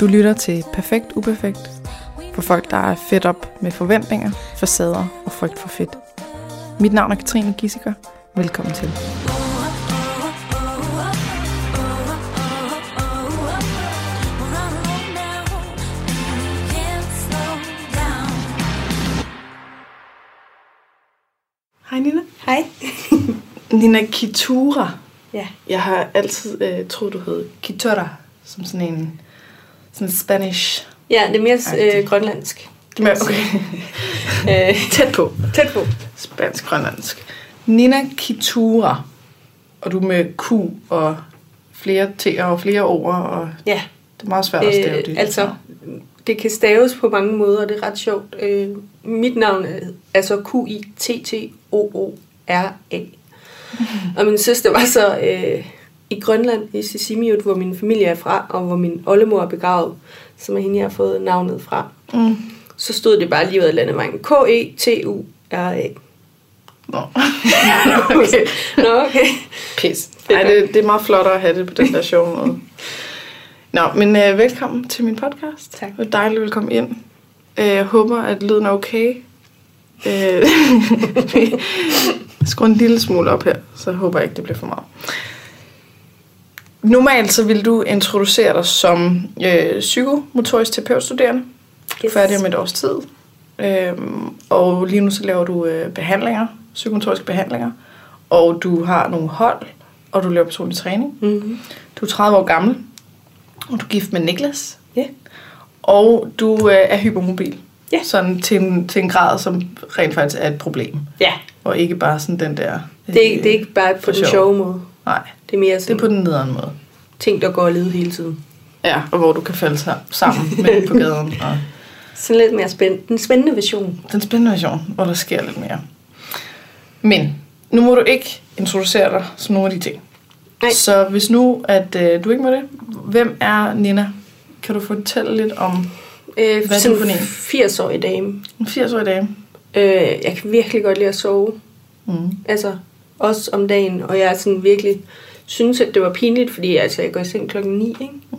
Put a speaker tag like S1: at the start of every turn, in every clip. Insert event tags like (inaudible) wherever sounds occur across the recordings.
S1: Du lytter til Perfekt Uperfekt for folk, der er fedt op med forventninger, facader og frygt for fedt. Mit navn er Katrine Gissiker. Velkommen til. Hej Nina.
S2: Hej.
S1: Nina Kitura.
S2: Ja.
S1: Jeg har altid øh, troet, du hed Kitura, som sådan en sådan spanish.
S2: Ja, det er mere
S1: Agtigt.
S2: øh, grønlandsk.
S1: Det er okay.
S2: Øh,
S1: Tæt på.
S2: tæt på.
S1: Spansk-grønlandsk. Nina Kitura. Og du med Q og flere T'er og flere O'er, og
S2: Ja,
S1: det er meget svært at stave
S2: øh,
S1: det.
S2: altså, det kan staves på mange måder, og det er ret sjovt. Øh, mit navn er altså (laughs) Q-I-T-T-O-O-R-A. Og min søster var så øh, i Grønland, i Sisimiut, hvor min familie er fra, og hvor min oldemor er begravet, som er hende, jeg har fået navnet fra.
S1: Mm.
S2: Så stod det bare lige ud af landevejen. K-E-T-U-R-A.
S1: Nå,
S2: (laughs)
S1: (laughs)
S2: Okay. Nå, okay.
S1: pis. Ej, det, det er meget flottere at have det på den der sjove måde. Nå, men øh, velkommen til min podcast.
S2: Tak.
S1: Det er dejligt, at du kom ind. Øh, Jeg håber, at lyden er okay. Øh, (laughs) Skru en lille smule op her, så håber jeg ikke, det bliver for meget. Normalt så vil du introducere dig som øh, psykomotorisk terapeutstuderende. Yes. Færdig om et års tid. Øhm, og lige nu så laver du øh, behandlinger, psykomotoriske behandlinger. Og du har nogle hold, og du laver personlig træning.
S2: Mm-hmm.
S1: Du er 30 år gammel, og du er gift med Niklas.
S2: Ja.
S1: Og du øh, er hypermobil.
S2: Ja.
S1: Sådan til en, til en grad, som rent faktisk er et problem.
S2: Ja,
S1: Og ikke bare sådan den der... øh,
S2: det, er- det er ikke bare på
S1: for
S2: den
S1: sjov.
S2: sjove måde.
S1: Nej,
S2: Det er mere
S1: det
S2: sådan
S1: er på den nederen måde.
S2: ting, der går og lede hele tiden.
S1: Ja, og hvor du kan falde sa- sammen med på gaden. Og
S2: Sådan lidt mere spændende. Den spændende version.
S1: den spændende version, hvor der sker lidt mere. Men nu må du ikke introducere dig som nogle af de ting.
S2: Nej.
S1: Så hvis nu, at øh, du ikke må det, hvem er Nina? Kan du fortælle lidt om
S2: Øh,
S1: Hvad er
S2: sådan
S1: du for en?
S2: 80-årig dame.
S1: en 80-årig dame?
S2: Øh, jeg kan virkelig godt lide at sove.
S1: Mm.
S2: Altså, også om dagen. Og jeg er sådan virkelig synes, at det var pinligt, fordi altså, jeg går i seng klokken 9, ikke?
S1: Mm.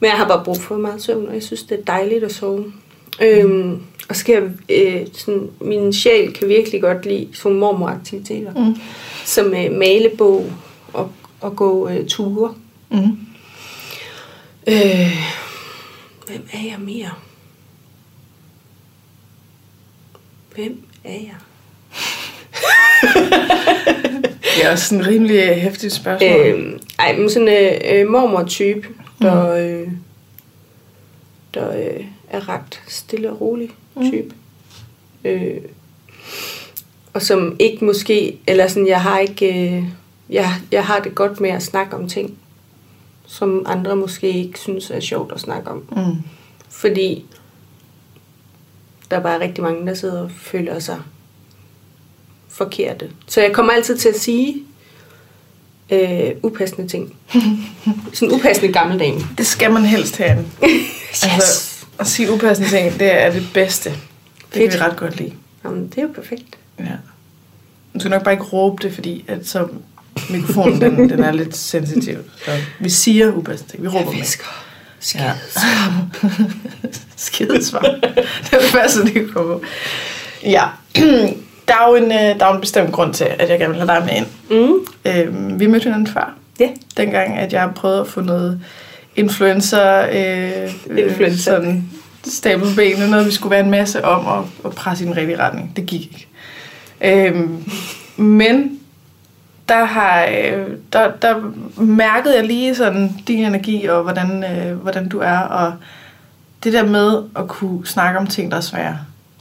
S2: Men jeg har bare brug for meget søvn, og jeg synes, det er dejligt at sove.
S1: Mm.
S2: Øhm, og så kan jeg, øh, sådan, min sjæl kan virkelig godt lide sådan mormoraktiviteter,
S1: Mm.
S2: som øh, malebog og, og gå øh, ture.
S1: Mm.
S2: Øh, hvem er jeg mere? Hvem er jeg?
S1: Det er også sådan en rimelig hæftigt spørgsmål. Øh.
S2: Øh, ej, men sådan en øh, øh, mormor-type, der, øh, der øh, er ret stille og rolig type. Mm. Øh, og som ikke måske, eller sådan, jeg har ikke, øh, jeg, jeg har det godt med at snakke om ting, som andre måske ikke synes er sjovt at snakke om.
S1: Mm.
S2: Fordi der er bare rigtig mange, der sidder og føler sig forkerte. Så jeg kommer altid til at sige øh, upassende (laughs) ting. Sådan upassende gammeldame.
S1: Det skal man helst have.
S2: Yes!
S1: Altså, at sige upassende ting, det er det bedste. Det kan
S2: Fedt.
S1: vi ret godt lide.
S2: Jamen, det er jo perfekt.
S1: Ja. Du skal nok bare ikke råbe det, fordi at så mikrofonen den, den er lidt sensitiv. Så vi siger upassende ting. Vi råber dem ikke.
S2: fisker.
S1: Ja. Skidesvar. det var det første, det kunne komme på. Ja. (clears throat) Der er jo en, øh, der er jo en bestemt grund til, at jeg gerne vil have dig med ind.
S2: Mm.
S1: Øhm, vi mødte hinanden før.
S2: Ja.
S1: Dengang, at jeg prøvede at få noget influencer, øh, øh,
S2: Influencer.
S1: sådan stablet på benene, noget vi skulle være en masse om og, og presse i den rigtige retning. Det gik ikke. Øhm, men der, har, øh, der, der mærkede jeg lige sådan din energi og hvordan, øh, hvordan du er. Og det der med at kunne snakke om ting, der er svære,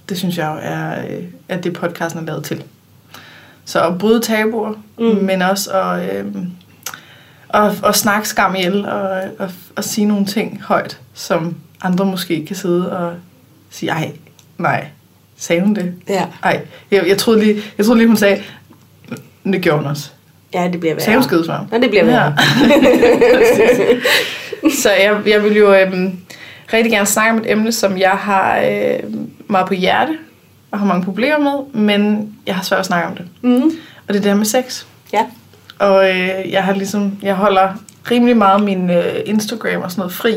S1: det synes jeg jo er, øh, at det podcasten er lavet til. Så at bryde tabuer, mm. men også at, øh, at, at snakke skam ihjel og, og, og sige nogle ting højt, som andre måske kan sidde og sige, ej, nej, sagde hun det?
S2: Ja.
S1: Ej, jeg, jeg, troede lige, jeg troede lige, hun sagde, "Men det gjorde hun også.
S2: ja, det bliver værre.
S1: Sagde hun skidesvarm?
S2: Nå, det bliver værre. (laughs) Ja.
S1: så jeg, jeg vil jo øhm, rigtig gerne snakke om et emne, som jeg har øh, meget på hjerte og har mange problemer med, men jeg har svært at snakke om det.
S2: Mm.
S1: Og det er det her med sex.
S2: ja.
S1: Og øh, jeg har ligesom, jeg holder rimelig meget min øh, Instagram og sådan noget fri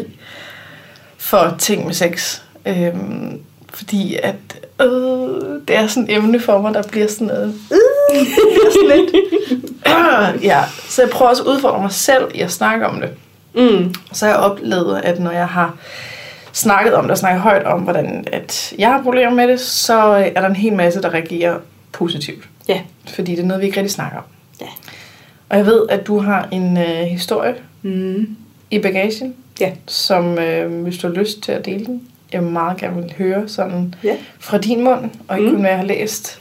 S1: for ting med sex. Øhm, fordi at øh, det er sådan et emne for mig, der bliver sådan noget. Øh, det bliver sådan lidt. (clears throat) ja, så jeg prøver også at udfordre mig selv i at snakke om det.
S2: Mm.
S1: Så har jeg oplevet, at når jeg har snakket om det og snakket højt om, hvordan at jeg har problemer med det, så øh, er der en hel masse, der reagerer positivt.
S2: Ja.
S1: Fordi det er noget, vi ikke rigtig snakker om.
S2: Ja.
S1: Og jeg ved, at du har en øh, historie
S2: Mm.
S1: i bagagen,
S2: Ja.
S1: som øh, hvis du har lyst til at dele den, jeg meget gerne vil høre sådan
S2: Ja.
S1: fra din mund, og ikke
S2: Mm.
S1: kun hvad jeg har læst.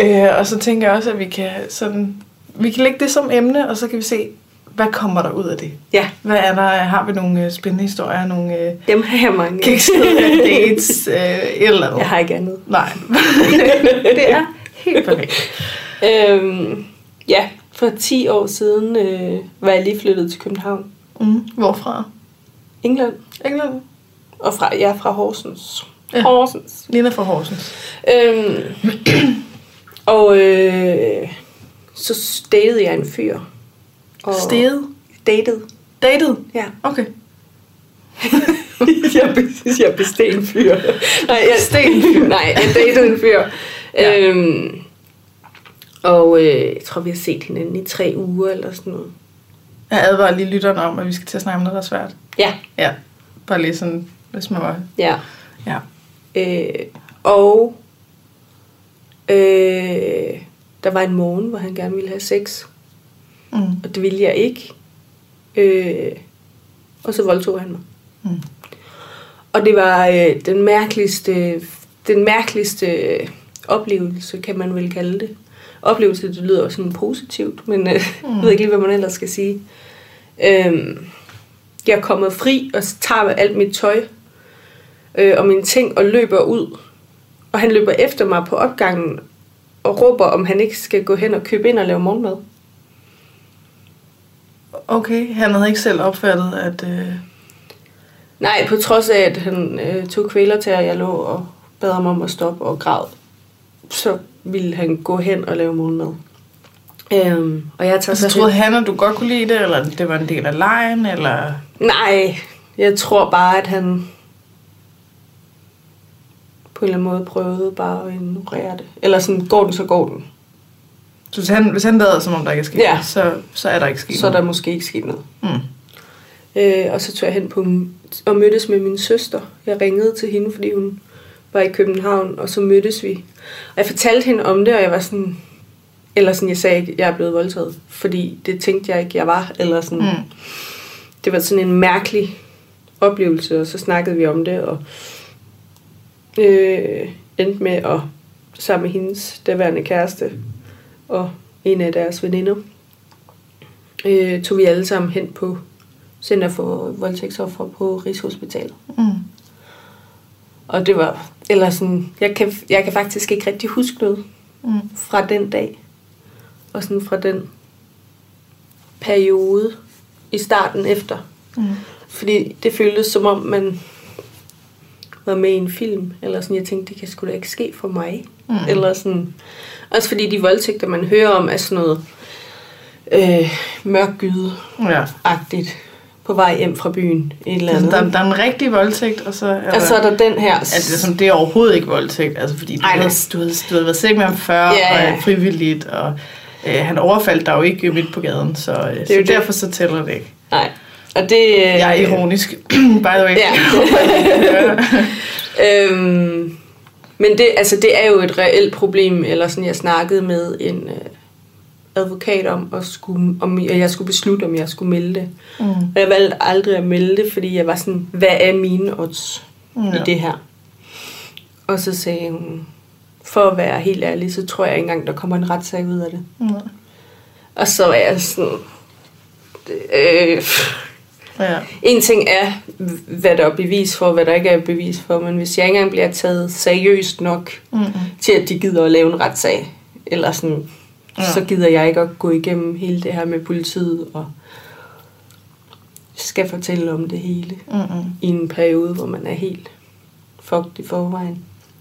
S1: Øh, og så tænker jeg også, at vi kan, sådan, vi kan lægge det som emne, og så kan vi se, hvad kommer der ud af det?
S2: Ja.
S1: Hvad er der? Har vi nogle øh, spændende historier, nogle øh,
S2: Dem har jeg mange. af. (laughs)
S1: kiksede dates, øh, et eller andet?
S2: Jeg har ikke (laughs) andet.
S1: Nej,
S2: Det er
S1: helt perfekt.
S2: Øhm, ja, for 10 år siden øh, var jeg lige flyttet til København,
S1: Mm. Hvorfra?
S2: England.
S1: England.
S2: Og fra, jeg er fra Horsens.
S1: Ja.
S2: Ja. Horsens.
S1: Lina fra Horsens.
S2: Øhm, (clears throat) og øh, så datede jeg en fyr. Og
S1: Steget.
S2: Dated.
S1: Datet.
S2: Ja.
S1: Okay.
S2: (laughs) jeg, be- jeg besteg en fyr. Nej, jeg,
S1: Besteg en fyr.
S2: (laughs) Nej, jeg datede en fyr.
S1: Ja.
S2: ja. øhm, og øh, jeg tror, vi har set hinanden i tre uger eller sådan noget.
S1: Jeg advarer lige lytteren om, at vi skal til at snakke om noget, der er svært.
S2: Ja.
S1: Ja. Bare lige sådan, hvis man var...
S2: Ja.
S1: Ja.
S2: Øh, og øh, der var en morgen, hvor han gerne ville have sex,
S1: Mm.
S2: og det ville jeg ikke. Øh, og så voldtog han mig.
S1: Mm.
S2: Og det var øh, den mærkeligste, den mærkeligste øh, oplevelse, kan man vel kalde det. Oplevelse, det lyder også sådan positivt, men øh, mm. jeg ved ikke lige, hvad man ellers skal sige. Øh, jeg er kommet fri og tager alt mit tøj øh, og mine ting og løber ud. Og han løber efter mig på opgangen og råber, om han ikke skal gå hen og købe ind og lave morgenmad.
S1: Okay, han havde ikke selv opfattet, at... Øh...
S2: Nej, på trods af, at han øh, tog kvæler til, at jeg lå og bad ham om at stoppe og græd, så ville han gå hen og lave morgenmad. Øhm, og jeg tager
S1: Altså,
S2: så...
S1: troede han, at du godt kunne lide det, eller det var en del af lejen, eller...
S2: Nej, jeg tror bare, at han på en eller anden måde prøvede bare at ignorere det. Eller sådan, går den, så går den.
S1: Så hvis han, hvis han lader, som om der ikke er sket,
S2: Ja.
S1: så, så er der ikke sket
S2: Så er der
S1: noget.
S2: måske ikke sket noget.
S1: Mm.
S2: Øh, og så tog jeg hen på og mødtes med min søster. Jeg ringede til hende, fordi hun var i København, og så mødtes vi. Og jeg fortalte hende om det, og jeg var sådan... Eller sådan, jeg sagde ikke, jeg er blevet voldtaget, fordi det tænkte jeg ikke, jeg var. Eller sådan, mm.
S1: Mm.
S2: Det var sådan en mærkelig oplevelse, og så snakkede vi om det, og øh, endte med at sammen med hendes daværende kæreste og en af deres veninder, øh, tog vi alle sammen hen på Center for Voldtægtsoffer på Rigshospitalet.
S1: Mm.
S2: Og det var, eller sådan, jeg kan, jeg kan faktisk ikke rigtig huske noget
S1: Mm.
S2: fra den dag, og sådan fra den periode i starten efter.
S1: Mm.
S2: Fordi det føltes som om, man var med i en film, eller sådan, jeg tænkte, det kan sgu da ikke ske for mig.
S1: Mm.
S2: Mm. Eller sådan, også fordi de voldtægter, man hører om, er sådan noget øh, mørk
S1: Ja.
S2: agtigt på vej hjem fra byen, et eller
S1: Altså,
S2: andet.
S1: der, der er en rigtig voldtægt, og så er
S2: og så
S1: der...
S2: er der den her...
S1: Altså, som det er overhovedet ikke voldtægt, altså fordi du,
S2: Ej,
S1: Ej,
S2: nej.
S1: havde, du, havde, du havde været sikker med ham før, ja,
S2: Ja,
S1: ja.
S2: ja.
S1: og øh, frivilligt, og øh, han overfaldt dig jo ikke midt på gaden, så, øh, det
S2: jo
S1: så
S2: det.
S1: derfor så tæller det ikke.
S2: Nej, og det... øh,
S1: Jeg er ironisk, (clears throat) by the way. (laughs)
S2: Ja. øhm, men det, altså, det er jo et reelt problem, eller sådan, jeg snakkede med en øh, advokat om, og, skulle, om, og jeg skulle beslutte, om jeg skulle melde det.
S1: Mm.
S2: Og jeg valgte aldrig at melde det, fordi jeg var sådan, hvad er mine odds ja.
S1: mm, Ja.
S2: i det her? Og så sagde hun, for at være helt ærlig, så tror jeg ikke engang, der kommer en retssag ud af det.
S1: Mm.
S2: Og så var jeg sådan... Øh,
S1: Ja.
S2: en ting er, h- hvad der er bevis for, hvad der ikke er bevis for, men hvis jeg ikke engang bliver taget seriøst nok
S1: Mm.
S2: til, at de gider at lave en retssag, eller sådan,
S1: Ja.
S2: ja. så gider jeg ikke at gå igennem hele det her med politiet og skal fortælle om det hele
S1: Mm.
S2: i en periode, hvor man er helt fucked i forvejen.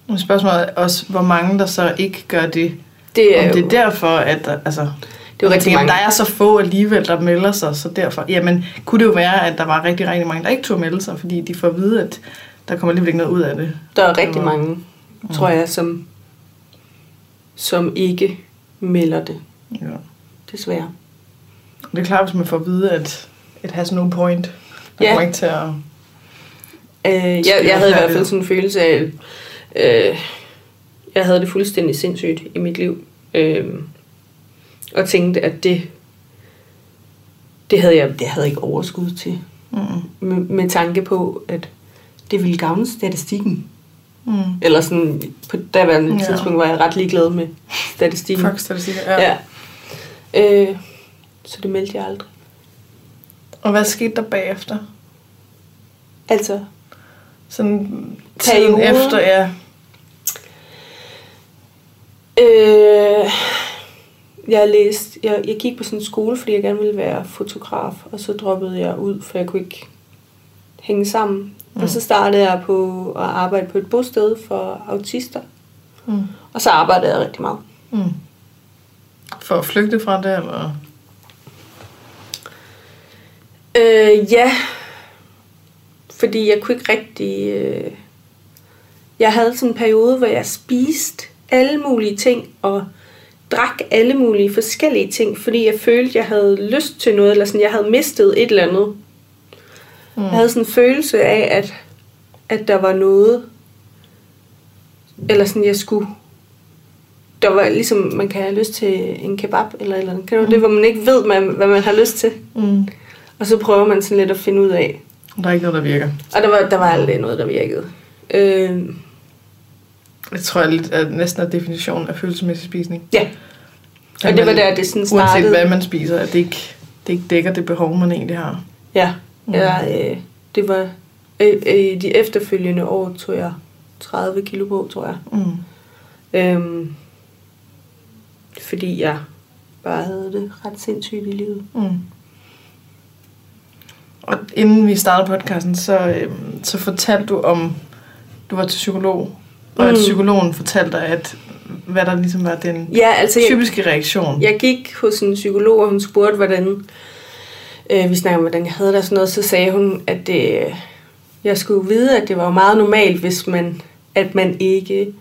S1: Men spørgsmålet er også, hvor mange der så ikke gør det.
S2: Det
S1: Om
S2: er,
S1: det
S2: jo,
S1: er derfor, at der, altså,
S2: det Det er jo rigtig
S1: Jamen,
S2: mange.
S1: der er så få alligevel, der melder sig, så derfor... Jamen, kunne det jo være, at der var rigtig, rigtig mange, der ikke tog melde sig, fordi de får at vide, at der kommer alligevel ikke noget ud af det.
S2: Der er rigtig mange, tror jeg, som, som ikke melder det,
S1: Ja.
S2: desværre.
S1: Det er klart, hvis man får at vide, at it has no point. Der
S2: Ja.
S1: kommer ikke til at...
S2: Øh, jeg, jeg havde i hvert fald sådan en følelse af, øh, jeg havde det fuldstændig sindssygt i mit liv, øh, og tænkte, at det, det havde jeg det havde jeg ikke overskud til,
S1: Mm.
S2: med, med tanke på, at det ville gavne statistikken.
S1: Mm.
S2: Eller sådan, på daværende
S1: Ja.
S2: ja. tidspunkt var jeg ret ligeglad med statistikken.
S1: Fuck statistik. Ja. ja.
S2: Ja. Øh, så det meldte jeg aldrig.
S1: Og hvad skete der bagefter?
S2: Altså,
S1: Sådan tiden
S2: Perioden.
S1: efter, ja.
S2: øh, jeg læste, jeg, jeg gik på sådan en skole, fordi jeg gerne ville være fotograf, og så droppede jeg ud, for jeg kunne ikke hænge sammen. Mm. Og så startede jeg på at arbejde på et bosted for autister,
S1: Mm.
S2: og så arbejdede jeg rigtig meget.
S1: Mm. For at flygte fra det, eller?
S2: Øh, ja. Fordi jeg kunne ikke rigtig... Øh... Jeg havde sådan en periode, hvor jeg spiste alle mulige ting, og drak alle mulige forskellige ting, fordi jeg følte, jeg havde lyst til noget, eller sådan, jeg havde mistet et eller andet. Mm. Jeg havde sådan en følelse af, at, at der var noget, eller sådan, jeg skulle... Der var ligesom, man kan have lyst til en kebab, eller et eller andet. Kan du det, hvor man ikke ved, man, hvad man har lyst til?
S1: Mm.
S2: Og så prøver man sådan lidt at finde ud af.
S1: Der er ikke noget, der virker.
S2: Og der var, der var aldrig noget, der virkede. Øh,
S1: Det tror jeg lidt, at næsten er definitionen af følelsesmæssig spisning.
S2: ja. Og det var der, det sådan
S1: Uanset
S2: startede.
S1: hvad man spiser, at det ikke, det ikke dækker det behov, man egentlig har.
S2: Ja. ja øh, det var... Øh, øh, de efterfølgende år tog jeg 30 kilo på, tror jeg.
S1: Mm.
S2: Øh, fordi jeg bare havde det ret sindssygt i livet.
S1: Mm. Og inden vi startede podcasten, så, øhm, så fortalte du om, du var til psykolog, og at
S2: Mm.
S1: psykologen fortalte dig, at hvad der ligesom var den
S2: Ja, altså... Jeg,
S1: typiske reaktion.
S2: Jeg gik hos en psykolog, og hun spurgte, hvordan øh, vi snakkede om, hvordan jeg havde det og sådan noget. Så sagde hun, at det, øh, jeg skulle vide, at det var jo meget normalt, hvis man, at man ikke,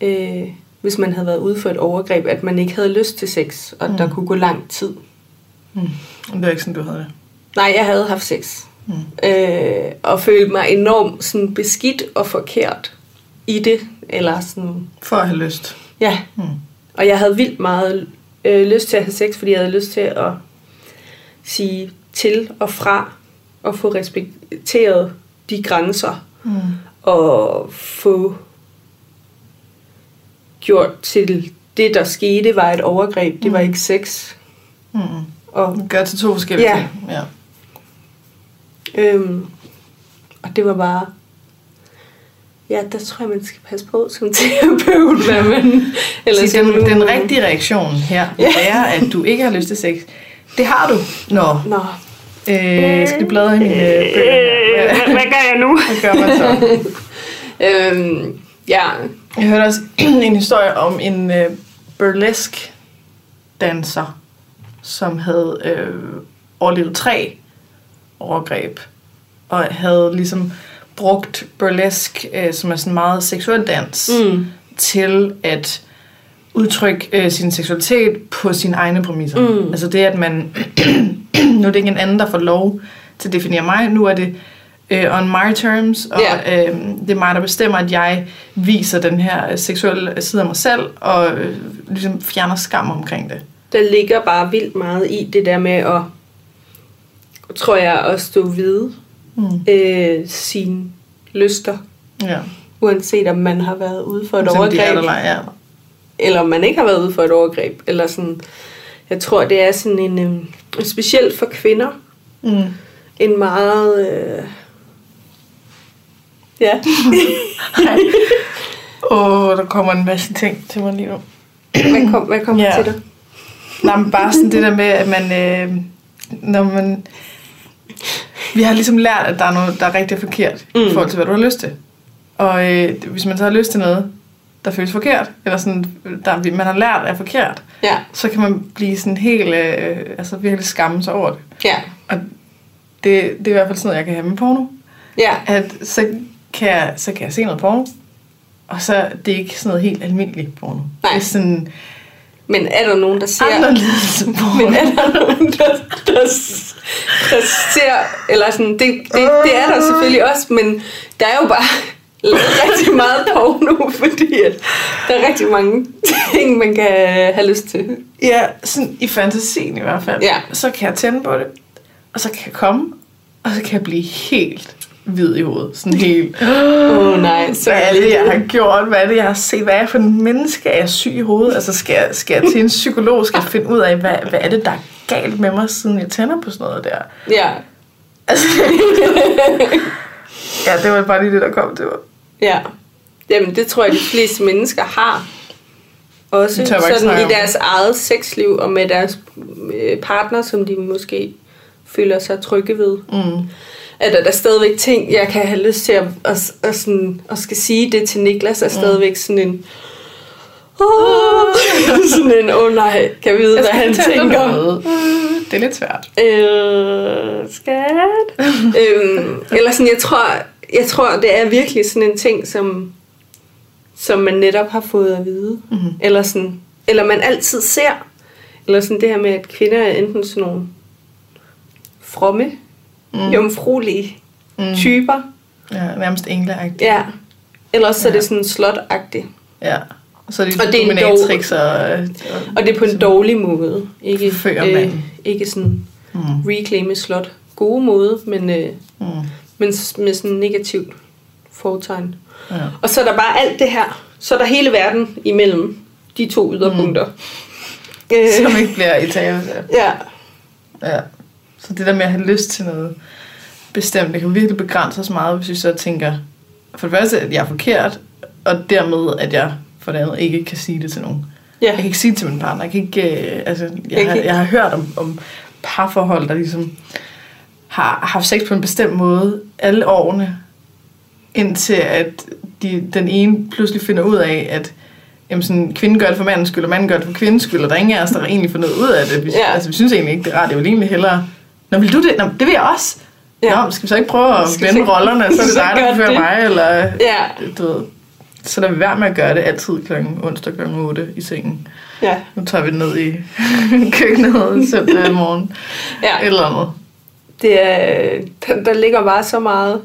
S2: øh, hvis man havde været ude for et overgreb, at man ikke havde lyst til sex, og mm. der kunne gå lang tid.
S1: Mm. Det var ikke sådan, du havde det.
S2: Nej, jeg havde haft sex. Mm. Øh, og følte mig enormt sådan, beskidt og forkert i det. Eller sådan,
S1: For at have lyst.
S2: ja.
S1: Mm.
S2: Og jeg havde vildt meget øh, lyst til at have sex, fordi jeg havde lyst til at sige til og fra, og få respekteret de grænser,
S1: Mm.
S2: og få gjort til det, der skete, var et overgreb. Det var ikke sex.
S1: Mm.
S2: Og,
S1: Gør til to forskellige
S2: Ja.
S1: ting. Ja.
S2: øhm, og det var bare... Ja, der tror jeg, man skal passe på som (laughs) terapeut, hvad man...
S1: Eller
S2: som
S1: den,
S2: nu-
S1: den rigtige reaktion her vil være, at du ikke har lyst til sex. Det har du. Nå,
S2: Nå,
S1: øh, jeg skal bladre i mine øh, bøger her. Hvad,
S2: Øh, hvad gør jeg nu?
S1: hvad gør man så?
S2: Øhm, ja.
S1: Jeg hørte også (clears throat) en historie om en øh, burlesk danser, som havde øh, overlevet tre overgreb, og havde ligesom brugt burlesk, øh, som er sådan meget seksuel dans,
S2: Mm.
S1: til at udtrykke øh, sin seksualitet på sine egne præmisser. Mm. Altså det, at man... (clears throat) nu er det ikke en anden, der får lov til at definere mig. Nu er det øh, on my terms, og
S2: Ja.
S1: øh, det er mig, der bestemmer, at jeg viser den her øh, seksuelle side af mig selv, og øh, ligesom fjerner skam omkring det.
S2: Der ligger bare vildt meget i det der med at, tror jeg, at stå ved
S1: Mm.
S2: øh, sine lyster.
S1: Ja.
S2: Uanset om man har været ude for et
S1: Selvom de er der,
S2: overgreb,
S1: eller ej, ja.
S2: eller om man ikke har været ude for et overgreb. Eller sådan, jeg tror, det er sådan en, øh, specielt for kvinder, (laughs)
S1: Mm.
S2: en meget... Øh, ja,
S1: Åh, der kommer en masse ting til mig lige nu.
S2: hvad kom, hvad kom
S1: Ja.
S2: yeah. til dig?
S1: Nej, men bare sådan det der med, at man, øh, når man... Vi har ligesom lært, at der er noget, der er rigtig forkert mm. i forhold til, hvad du har lyst til. Og øh, hvis man så har lyst til noget, der føles forkert, eller sådan, der, man har lært er forkert,
S2: Ja.
S1: så kan man blive sådan helt, øh, altså virkelig skamme sig over det.
S2: Ja.
S1: Og det, det er i hvert fald sådan noget, jeg kan have med porno.
S2: Ja.
S1: At så kan jeg, så kan jeg se noget porno, og så det er det ikke sådan noget helt almindeligt porno.
S2: Nej.
S1: Det er sådan
S2: Men er der nogen, der ser...
S1: anderledes porno.
S2: Men er der nogen, der, der, der ser, eller sådan, det, det, det er der selvfølgelig også, men der er jo bare lavet rigtig meget porno, fordi at der er rigtig mange ting, man kan have lyst til.
S1: Ja, sådan i fantasien i hvert fald.
S2: Ja.
S1: Så kan jeg tænde på det, og så kan jeg komme, og så kan jeg blive helt hvid i hovedet. Sådan helt,
S2: (laughs) Åh oh, nej, så
S1: hvad er
S2: det-
S1: det, jeg har gjort? Hvad er det, jeg har set? Hvad er jeg for en menneske? Er jeg syg i hovedet? Altså, skal jeg, skal jeg til en psykolog? Skal jeg finde ud af, hvad, hvad er det, der er galt med mig, siden jeg tænder på sådan noget der?
S2: Ja,
S1: Altså, ja, det var bare lige det, der kom til mig.
S2: ja. Jamen, det tror jeg, de fleste mennesker har. Også
S1: Det tør jeg bare ikke
S2: sådan
S1: snakke
S2: i
S1: om.
S2: deres eget sexliv og med deres øh, partner, som de måske føler sig trygge ved.
S1: Mm.
S2: at der, der er stadigvæk ting, jeg kan have lyst til at, at, at, sådan, at skal sige det til Niklas,
S1: Mm.
S2: er stadigvæk sådan en... Oh, (laughs) sådan en, åh oh nej, kan vi vide,
S1: Jeg
S2: hvad
S1: skal
S2: han
S1: fortælle dig
S2: tænker?
S1: noget. Mm. Det er lidt svært.
S2: Øh, skat.
S1: (laughs)
S2: øhm, eller sådan, jeg tror, jeg tror, det er virkelig sådan en ting, som, som man netop har fået at vide.
S1: Mhm.
S2: Eller, sådan, eller man altid ser. Eller sådan det her med, at kvinder er enten sådan nogle fromme, mm. jomfruelige
S1: Mm.
S2: typer.
S1: Ja, nærmest engleagtigt.
S2: Ja. Ellers så er det sådan slot-agtigt.
S1: Ja. Og så er de
S2: Og det er en
S1: dominatrix og, øh, og
S2: Og det er på en dårlig måde. Ikke, øh,
S1: Forfører manden.
S2: ikke sådan mm. reclaim et slot. Gode måde, men, øh,
S1: Mm.
S2: men s- med sådan en negativt fortegn.
S1: Ja.
S2: Og så er der bare alt det her. Så er der hele verden imellem de to yderpunkter.
S1: Som
S2: Øh,
S1: ikke bliver i tale.
S2: (laughs) ja.
S1: Ja. Så det der med at have lyst til noget bestemt, det kan virkelig begrænse os meget, hvis vi så tænker, for det første, at jeg er forkert, og dermed, at jeg for det andet ikke kan sige det til nogen. Jeg
S2: Ja.
S1: kan ikke sige det til min partner. Jeg, kan ikke, øh, altså, jeg,
S2: Jeg
S1: har,
S2: kan-
S1: jeg har hørt om, om parforhold, der ligesom har haft sex på en bestemt måde alle årene, indtil at de, den ene pludselig finder ud af, at jamen sådan, kvinden gør det for mandens skyld, og manden gør det for kvindens skyld, og der er ingen af os, der egentlig får noget ud af det. Vi,
S2: Ja.
S1: ja. altså, vi synes egentlig ikke, det er rart. Jeg vil egentlig hellere... Nå, vil du det? Nå, det vil jeg også.
S2: Ja.
S1: Ja. Nå, skal vi så ikke prøve at
S2: Skal vi så
S1: vende
S2: ikke-
S1: rollerne, så er det
S2: (laughs) så
S1: dig,
S2: gør
S1: der fører
S2: det.
S1: mig, eller
S2: Ja.
S1: du ved. Så lad vi være med at gøre det altid kl. onsdag kl. 8 i sengen.
S2: Ja.
S1: Nu tager vi det ned i (laughs) køkkenet søndag morgen.
S2: ja.
S1: Et eller andet.
S2: det er, der, der ligger bare så meget.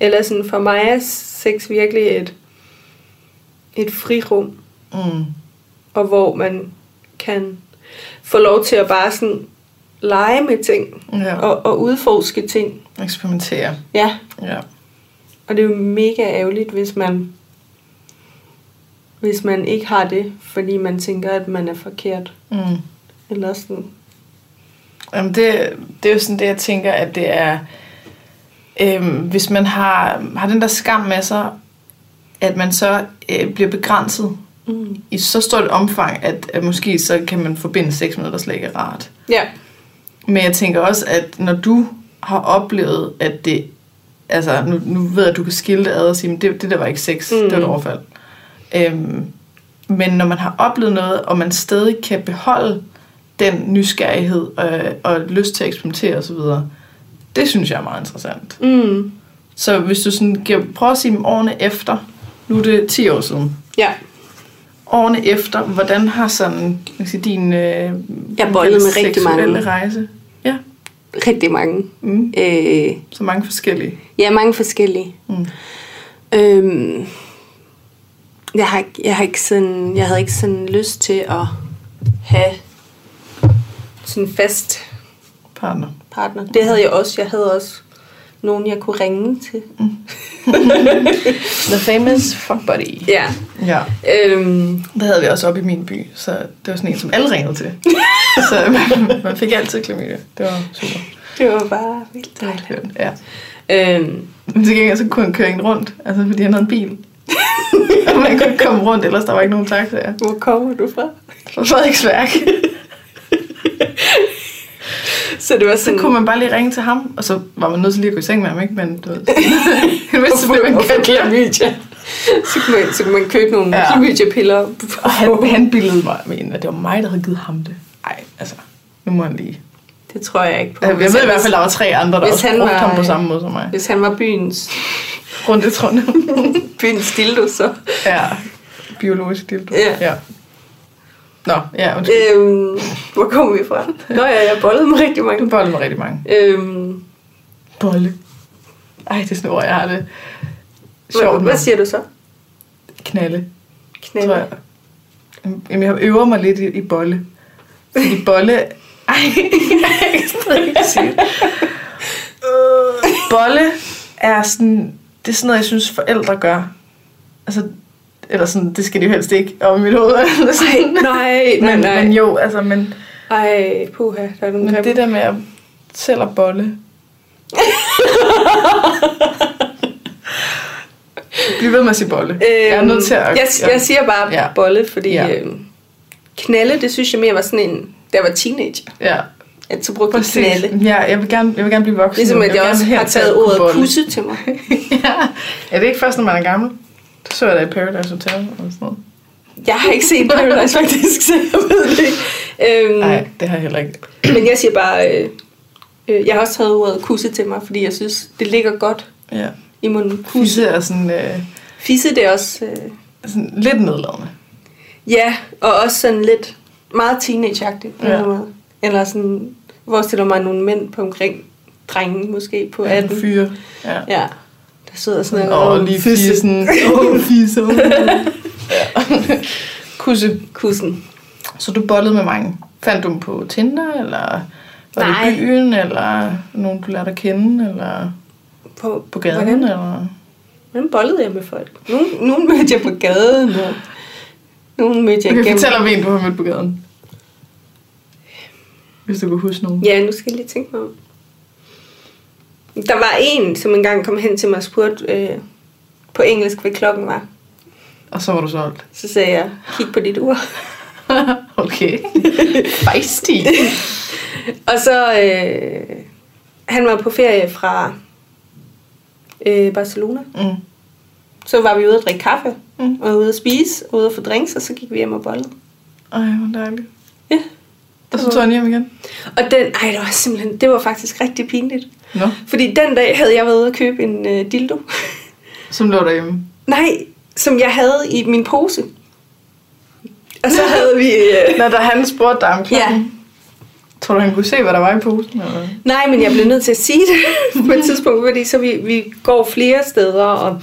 S2: Eller sådan, for mig er sex virkelig et, et frirum.
S1: Mm.
S2: og hvor man kan få lov til at bare sådan lege med ting
S1: Ja.
S2: og, og udforske ting.
S1: Eksperimentere.
S2: Ja,
S1: Ja.
S2: og det er jo mega ærgerligt, hvis man hvis man ikke har det, fordi man tænker, at man er forkert.
S1: Mm.
S2: Eller sådan.
S1: Jamen det, det er jo sådan det, jeg tænker, at det er... Øhm, hvis man har, har den der skam med sig, at man så øh, bliver begrænset
S2: Mm.
S1: i så stort et omfang, at, at måske så kan man forbinde sex med noget, der slet ikke er rart.
S2: Ja.
S1: Men jeg tænker også, at når du har oplevet, at det... Altså, nu, nu ved jeg, at du kan skille det ad og sige, men det, det der var ikke sex, mm. det var et
S2: Mm.
S1: overfald. Øhm, men når man har oplevet noget, og man stadig kan beholde den nysgerrighed øh, og lyst til at eksperimentere osv., det synes jeg er meget interessant.
S2: Mm.
S1: Så hvis du sådan, giver, prøver at sige dem årene efter, nu er det 10 år siden,
S2: Ja.
S1: årene efter, hvordan har sådan, man kan sige, din øh,
S2: Jeg bollede med rigtig mange.
S1: seksuelle rejse? Ja,
S2: Rigtig mange.
S1: Mm.
S2: Øh,
S1: så mange forskellige.
S2: ja, mange forskellige.
S1: Mm.
S2: Øhm, jeg, har, ikke- jeg, har ikke sådan, jeg havde ikke sådan lyst til at have sådan fast
S1: partner.
S2: partner. Det havde jeg også. Jeg havde også nogen, jeg kunne ringe til.
S1: The famous fuck buddy.
S2: Ja.
S1: Ja,
S2: Øhm,
S1: det havde vi også oppe i min by, så det var sådan en, som alle ringede (laughs) til. så man, man fik altid klamydia. Det var super.
S2: det var bare vildt
S1: Det var
S2: dejligt.
S1: skønt, ja.
S2: Øhm,
S1: Men til gengæld så kunne han køre en rundt, altså fordi han havde en (laughs) bil. Og man kunne ikke komme rundt, ellers der var ikke nogen taxaer.
S2: hvor kommer du fra?
S1: Fra Frederiksværk.
S2: Så det var
S1: Så
S2: sådan...
S1: kunne man bare lige ringe til (laughs)
S2: (laughs)
S1: ham, og så var man nødt til lige at gå i seng med ham, ikke? Men du ved, så blev man kaldt
S2: klamydia. så, kunne man, så kunne man købe nogle
S1: Ja.
S2: ja. kimchi-piller.
S1: Og han, han billede mig men at det var mig, der havde givet ham det. Nej, altså, nu må han lige.
S2: Det tror jeg ikke på.
S1: Jeg ved i hvert fald, at der var tre andre, der
S2: hvis
S1: også
S2: han
S1: brugte
S2: var-
S1: ham på samme måde som mig.
S2: Hvis han var byens,
S1: Rundt i trådene.
S2: byens dildo, så...
S1: (laughs) ja, biologisk dildo.
S2: Ja.
S1: ja. Nå, ja, undskyld.
S2: Øhm, hvor kommer vi fra? Nå ja, jeg bollede mig rigtig
S1: Du
S2: mange.
S1: bollede med rigtig mange.
S2: Øhm,
S1: Bolle. Ej, det er sådan et ord, jeg har det.
S2: hvad,
S1: Sjovt,
S2: hvad
S1: men
S2: siger du så?
S1: Knalde,
S2: Knæ?
S1: tror jeg. Jamen, jeg øver mig lidt i, i bolle. Fordi bolle... (laughs) Ej, jeg kan ikke sige det. Øh, Bolle er sådan... Det er sådan noget, jeg synes, forældre gør. Altså, eller sådan, det skal de jo helst ikke om i mit hoved. Eller sådan.
S2: Nej, nej,
S1: men,
S2: nej.
S1: men jo, altså, men,
S2: Ej, puha, der er nogle
S1: men
S2: grimme.
S1: det der med at selv at bolle. Bliv ved med at sige bolle. Øhm, jeg er nødt til at...
S2: Jeg, jeg siger bare
S1: Ja.
S2: ja. bolle, fordi
S1: Ja.
S2: ja. øh, knalde, det synes jeg mere var sådan en, da jeg var teenager,
S1: ja,
S2: at så brugte jeg
S1: præcis.
S2: knalde.
S1: Ja, jeg vil gerne, jeg vil gerne blive voksen.
S2: Ligesom at
S1: vil
S2: jeg
S1: gerne
S2: også har
S1: helst
S2: taget
S1: kunne
S2: ordet
S1: bolle.
S2: pusse til mig.
S1: (laughs) ja. ja, det er ikke først, når man er gammel. Det så jeg da i Paradise Hotel eller sådan noget.
S2: Jeg har ikke (laughs) set Paradise faktisk, så jeg ved det ikke. Øhm,
S1: Nej, det har jeg heller ikke.
S2: (clears throat) men jeg siger bare, øh, øh, jeg har også taget ordet kusse til mig, fordi jeg synes, det ligger godt
S1: Ja.
S2: i munden. Kusse.
S1: Pusse er sådan, øh,
S2: Fisse, det er også... Øh,
S1: sådan lidt nedladende.
S2: Ja, og også sådan lidt meget teenageagtigt på
S1: Ja.
S2: ja. måde. Eller sådan, hvor stiller mig nogle mænd på omkring drenge måske på 18.
S1: Fyre. Ja.
S2: Ja, der sidder sådan
S1: Sådan,
S2: noget.
S1: og lige fisse
S2: (laughs)
S1: sådan, åh, fisse, åh. (laughs) Ja. Kusse.
S2: Kussen.
S1: Så du bollede med mange. Fandt du dem på Tinder, eller var det
S2: Nej.
S1: i byen, eller nogen, du lærte at kende, eller
S2: På,
S1: på gaden,
S2: Hvordan,
S1: eller...
S2: hvordan bollede jeg med folk? Nogle, nogle mødte jeg på gaden, og nogle mødte jeg
S1: Jeg kan
S2: gennem...
S1: fortælle om en, du har mødt på gaden. Hvis du kan huske nogen.
S2: Ja, nu skal jeg lige tænke mig om. Der var en, som engang kom hen til mig og spurgte øh, på engelsk, hvad klokken var.
S1: Og så var du solgt. (laughs)
S2: Så sagde jeg, kig på dit ur.
S1: okay.
S2: (laughs)
S1: Feisty.
S2: Og så, øh, han var på ferie fra øh, Barcelona.
S1: Mm.
S2: Så var vi ude at drikke kaffe,
S1: Mm.
S2: mm. og ude at spise, og ude at få drinks, og så gik vi hjem og bollede.
S1: Ej, hvor dejligt.
S2: Ja.
S1: Og så tog han hjem igen.
S2: Og den, ej, det var simpelthen, det var faktisk rigtig pinligt.
S1: Nå,
S2: Fordi den dag havde jeg været ude at købe en øh, dildo.
S1: som lå derhjemme.
S2: Nej, som jeg havde i min pose. Og så havde vi...
S1: (laughs)
S2: Øh,
S1: Nå, da han spurgte dig om
S2: ja,
S1: klokken, tror du, han kunne se, hvad der var i posen? Eller? hvad?
S2: Nej, men jeg blev nødt til at sige det på et tidspunkt, fordi så vi, vi går flere steder og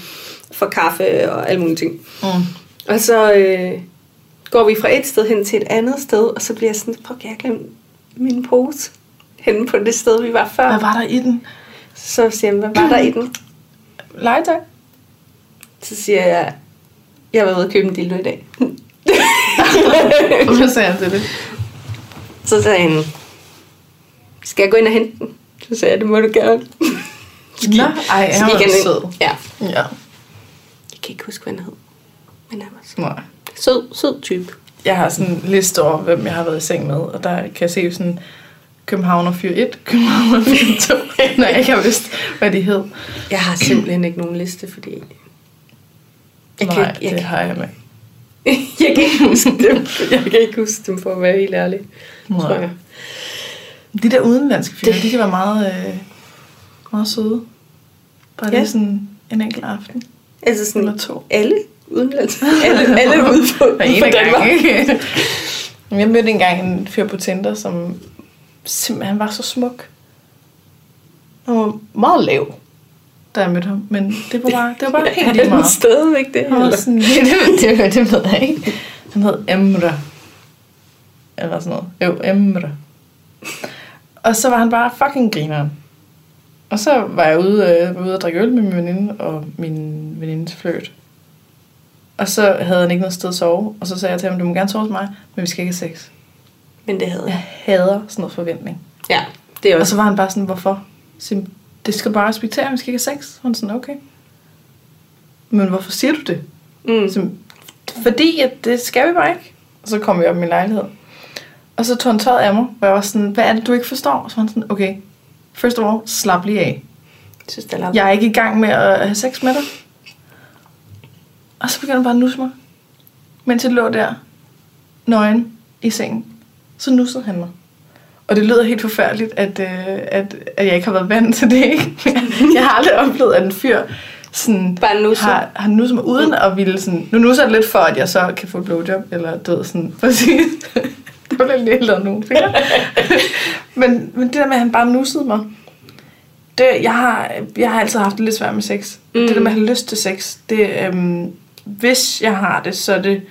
S2: får kaffe og alle mulige ting.
S1: Mm.
S2: Og så øh, går vi fra et sted hen til et andet sted, og så bliver jeg sådan, prøv at jeg glemme min pose henne på det sted, vi var
S1: Hvad
S2: før.
S1: var der i den?
S2: Så siger jeg, hvad var der i den? (laughs)
S1: Legetøj. (laughs)
S2: Så siger jeg, jeg var ude at købe en dildo
S1: (laughs)
S2: i dag.
S1: Og så sagde han til det.
S2: Så sagde han, skal jeg gå ind og hente den? Så sagde jeg, det må du gerne.
S1: Nå, ej,
S2: Så
S1: han var
S2: gik
S1: jo
S2: ind.
S1: sød.
S2: Ja,
S1: Ja.
S2: jeg kan ikke huske, hvad han hed. Men han var sød.
S1: Nej.
S2: Sød, sød type.
S1: Jeg har sådan en liste over, hvem jeg har været i seng med, og der kan jeg se sådan Københavner 41, (laughs) Københavner 42. Nej, jeg har vidst, hvad de hed.
S2: Jeg har simpelthen ikke nogen liste, fordi... Jeg kan,
S1: Nej,
S2: ikke, jeg,
S1: det
S2: kan,
S1: har jeg heller ikke.
S2: (laughs) jeg kan ikke huske dem. Jeg kan ikke huske dem, for at være helt ærlig.
S1: Nej.
S2: Tror jeg.
S1: De der udenlandske fyre,
S2: Det-
S1: de kan være meget, øh, meget søde. Bare ja.
S2: Ja.
S1: lige sådan en enkelt aften.
S2: Altså sådan...
S1: Eller to.
S2: Alle
S1: (laughs)
S2: udenlands. alle, alle ude på,
S1: Hver ene
S2: ude på
S1: gang,
S2: Danmark.
S1: ikke? Men (laughs) Jeg mødte engang en fyr på Tinder, som simpelthen han var så smuk. Han var meget lav, da jeg mødte ham. Men det var bare, det var
S2: (laughs)
S1: bare helt lige
S2: Er den
S1: meget.
S2: stadigvæk det?
S1: Han var
S2: Eller?
S1: sådan, (laughs) det, det, det ved jeg ikke. Han hed Emre. Eller sådan noget. Jo, Emre. Og så var han bare fucking grineren. Og så var jeg ude, øh, var ude at drikke øl med min veninde og min venindes fløjt. Og så havde han ikke noget sted at sove. Og så sagde jeg til ham, du må gerne sove hos mig, men vi skal ikke have sex.
S2: Men det havde
S1: Jeg
S2: jeg.
S1: hader sådan noget forventning.
S2: Ja, det er
S1: Og
S2: også...
S1: så var han bare sådan, hvorfor? Så jeg, det skal du bare respektere, vi skal ikke have sex. Og han sådan, okay. Men hvorfor siger du det?
S2: Mm.
S1: Så, Ligesom, fordi at det skal vi bare ikke. Og så kom vi op i min lejlighed. Og så tog han tøjet af mig, og jeg var sådan, hvad er det, du ikke forstår? Og så var han sådan, okay, first of all, slap lige af.
S2: Jeg synes, det er lavt.
S1: Jeg er ikke i gang med at have sex med dig. Og så begyndte han bare at nusse mig. Mens jeg lå der, nøgen i sengen, så nussede han mig. Og det lyder helt forfærdeligt, at, øh, at, at jeg ikke har været vant til det. Ikke? (laughs) jeg har aldrig oplevet, at en fyr sådan,
S2: Bare nusser.
S1: har, har nusset mig uden at ville sådan... Nu nusser jeg lidt for, at jeg så kan få et blowjob, eller du ved, sådan... Præcis. det (laughs) var lidt ældre nu, ikke? (laughs) men, men det der med, at han bare nussede mig, det, jeg, har, jeg har altid haft det lidt svært med sex. Mm. Det der med at have lyst til sex, det, øhm, hvis jeg har det, så er det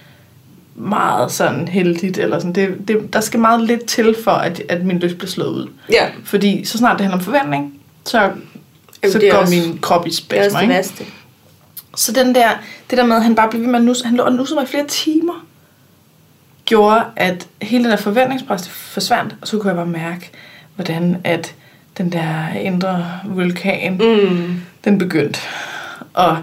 S1: meget sådan heldigt. Eller sådan. Det, det, der skal meget lidt til for, at, at min lyst bliver slået ud.
S2: Ja,
S1: Fordi så snart det handler om forventning, så, så
S2: det er
S1: går
S2: også-
S1: min krop i
S2: det er også
S1: spasmer.
S2: det
S1: ikke?
S2: værste.
S1: Så den der, det der med, at han bare blev ved med at nusse, han lå og nussede mig i flere timer, gjorde, at hele den der forventningspres det forsvandt, og så kunne jeg bare mærke, hvordan at den der indre vulkan,
S2: Mm.
S1: den begyndte. Og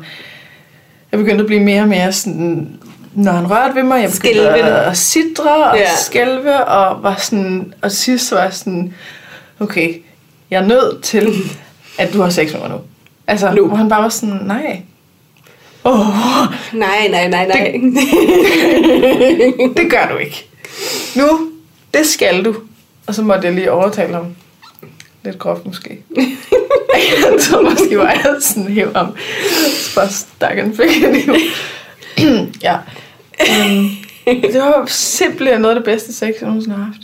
S1: jeg begyndte at blive mere og mere sådan, når han rørte ved mig, jeg begyndte
S2: Skælvende.
S1: at, at sidre og
S2: Ja.
S1: ja. skælve, og var sådan, og sidst var jeg sådan, okay, jeg er nødt
S2: (laughs)
S1: til, at du har sex med mig nu. Altså,
S2: Nu.
S1: nu. hvor han bare var sådan, nej. Åh, oh,
S2: Nej, nej, nej, nej.
S1: det gør du ikke. Nu, det skal du. Og så måtte jeg lige overtale ham. Lidt groft måske. jeg tror måske, var jeg sådan hæv om. Så bare stak en finger i ham. ja. Um, det var simpelthen noget af det bedste sex, jeg nogensinde har haft.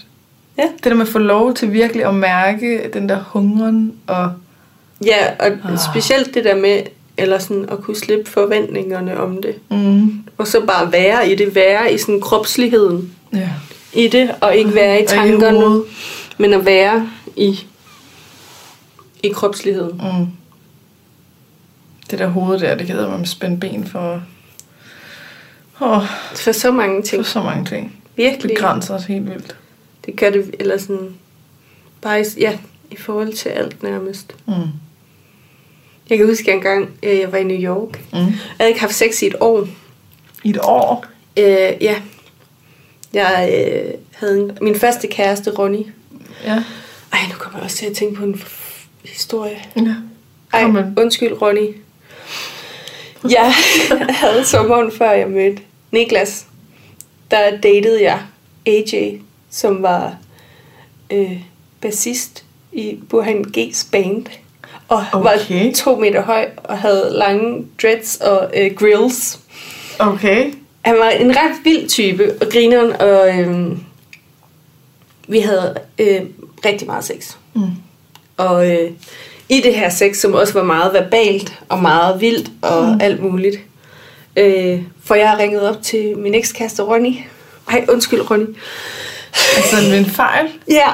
S2: Ja.
S1: Det der med at få lov til virkelig at mærke den der hungeren og...
S2: (laughs) ja, og
S1: Ah.
S2: specielt det der med eller sådan at kunne slippe forventningerne om det.
S1: Mm.
S2: Og så bare være i det, være i sådan kropsligheden
S1: Ja.
S2: i det, og ikke være
S1: Og
S2: i
S1: i
S2: tankerne,
S1: hovedet.
S2: men at være i, i kropsligheden.
S1: Mm. Det der hoved der, det kan man spænde ben for... Åh, oh,
S2: For så mange
S1: det er
S2: ting.
S1: så mange ting.
S2: Virkelig.
S1: begrænser os helt vildt.
S2: Det gør det, eller sådan, bare i, ja, i forhold til alt nærmest.
S1: Mm.
S2: Jeg kan huske, at jeg engang øh, jeg var i New York.
S1: Mm.
S2: Jeg havde ikke haft sex i et år.
S1: I et år.
S2: Øh, ja. Jeg øh, havde en, min første kæreste, Ronny.
S1: Ja.
S2: Ej, nu kommer jeg også til at tænke på en f- historie.
S1: ja.
S2: Ej,
S1: Kom med.
S2: undskyld, Ronny. Jeg (laughs) havde sommeren før, jeg mødte Niklas. Der datede jeg AJ, som var øh, bassist i Burhan G's band. Og okay. var
S1: Okay.
S2: to meter høj og havde lange dreads og øh, grills.
S1: Okay.
S2: Han var en ret vild type, og grineren, og øhm, vi havde øh, rigtig meget sex.
S1: Mm.
S2: Og øh, i det her sex, som også var meget verbalt, og meget vildt, og mm. alt muligt. Øh, for jeg har ringet op til min ekskæreste Ronny. Ej, undskyld Ronny.
S1: Altså en en fejl.
S2: Ja,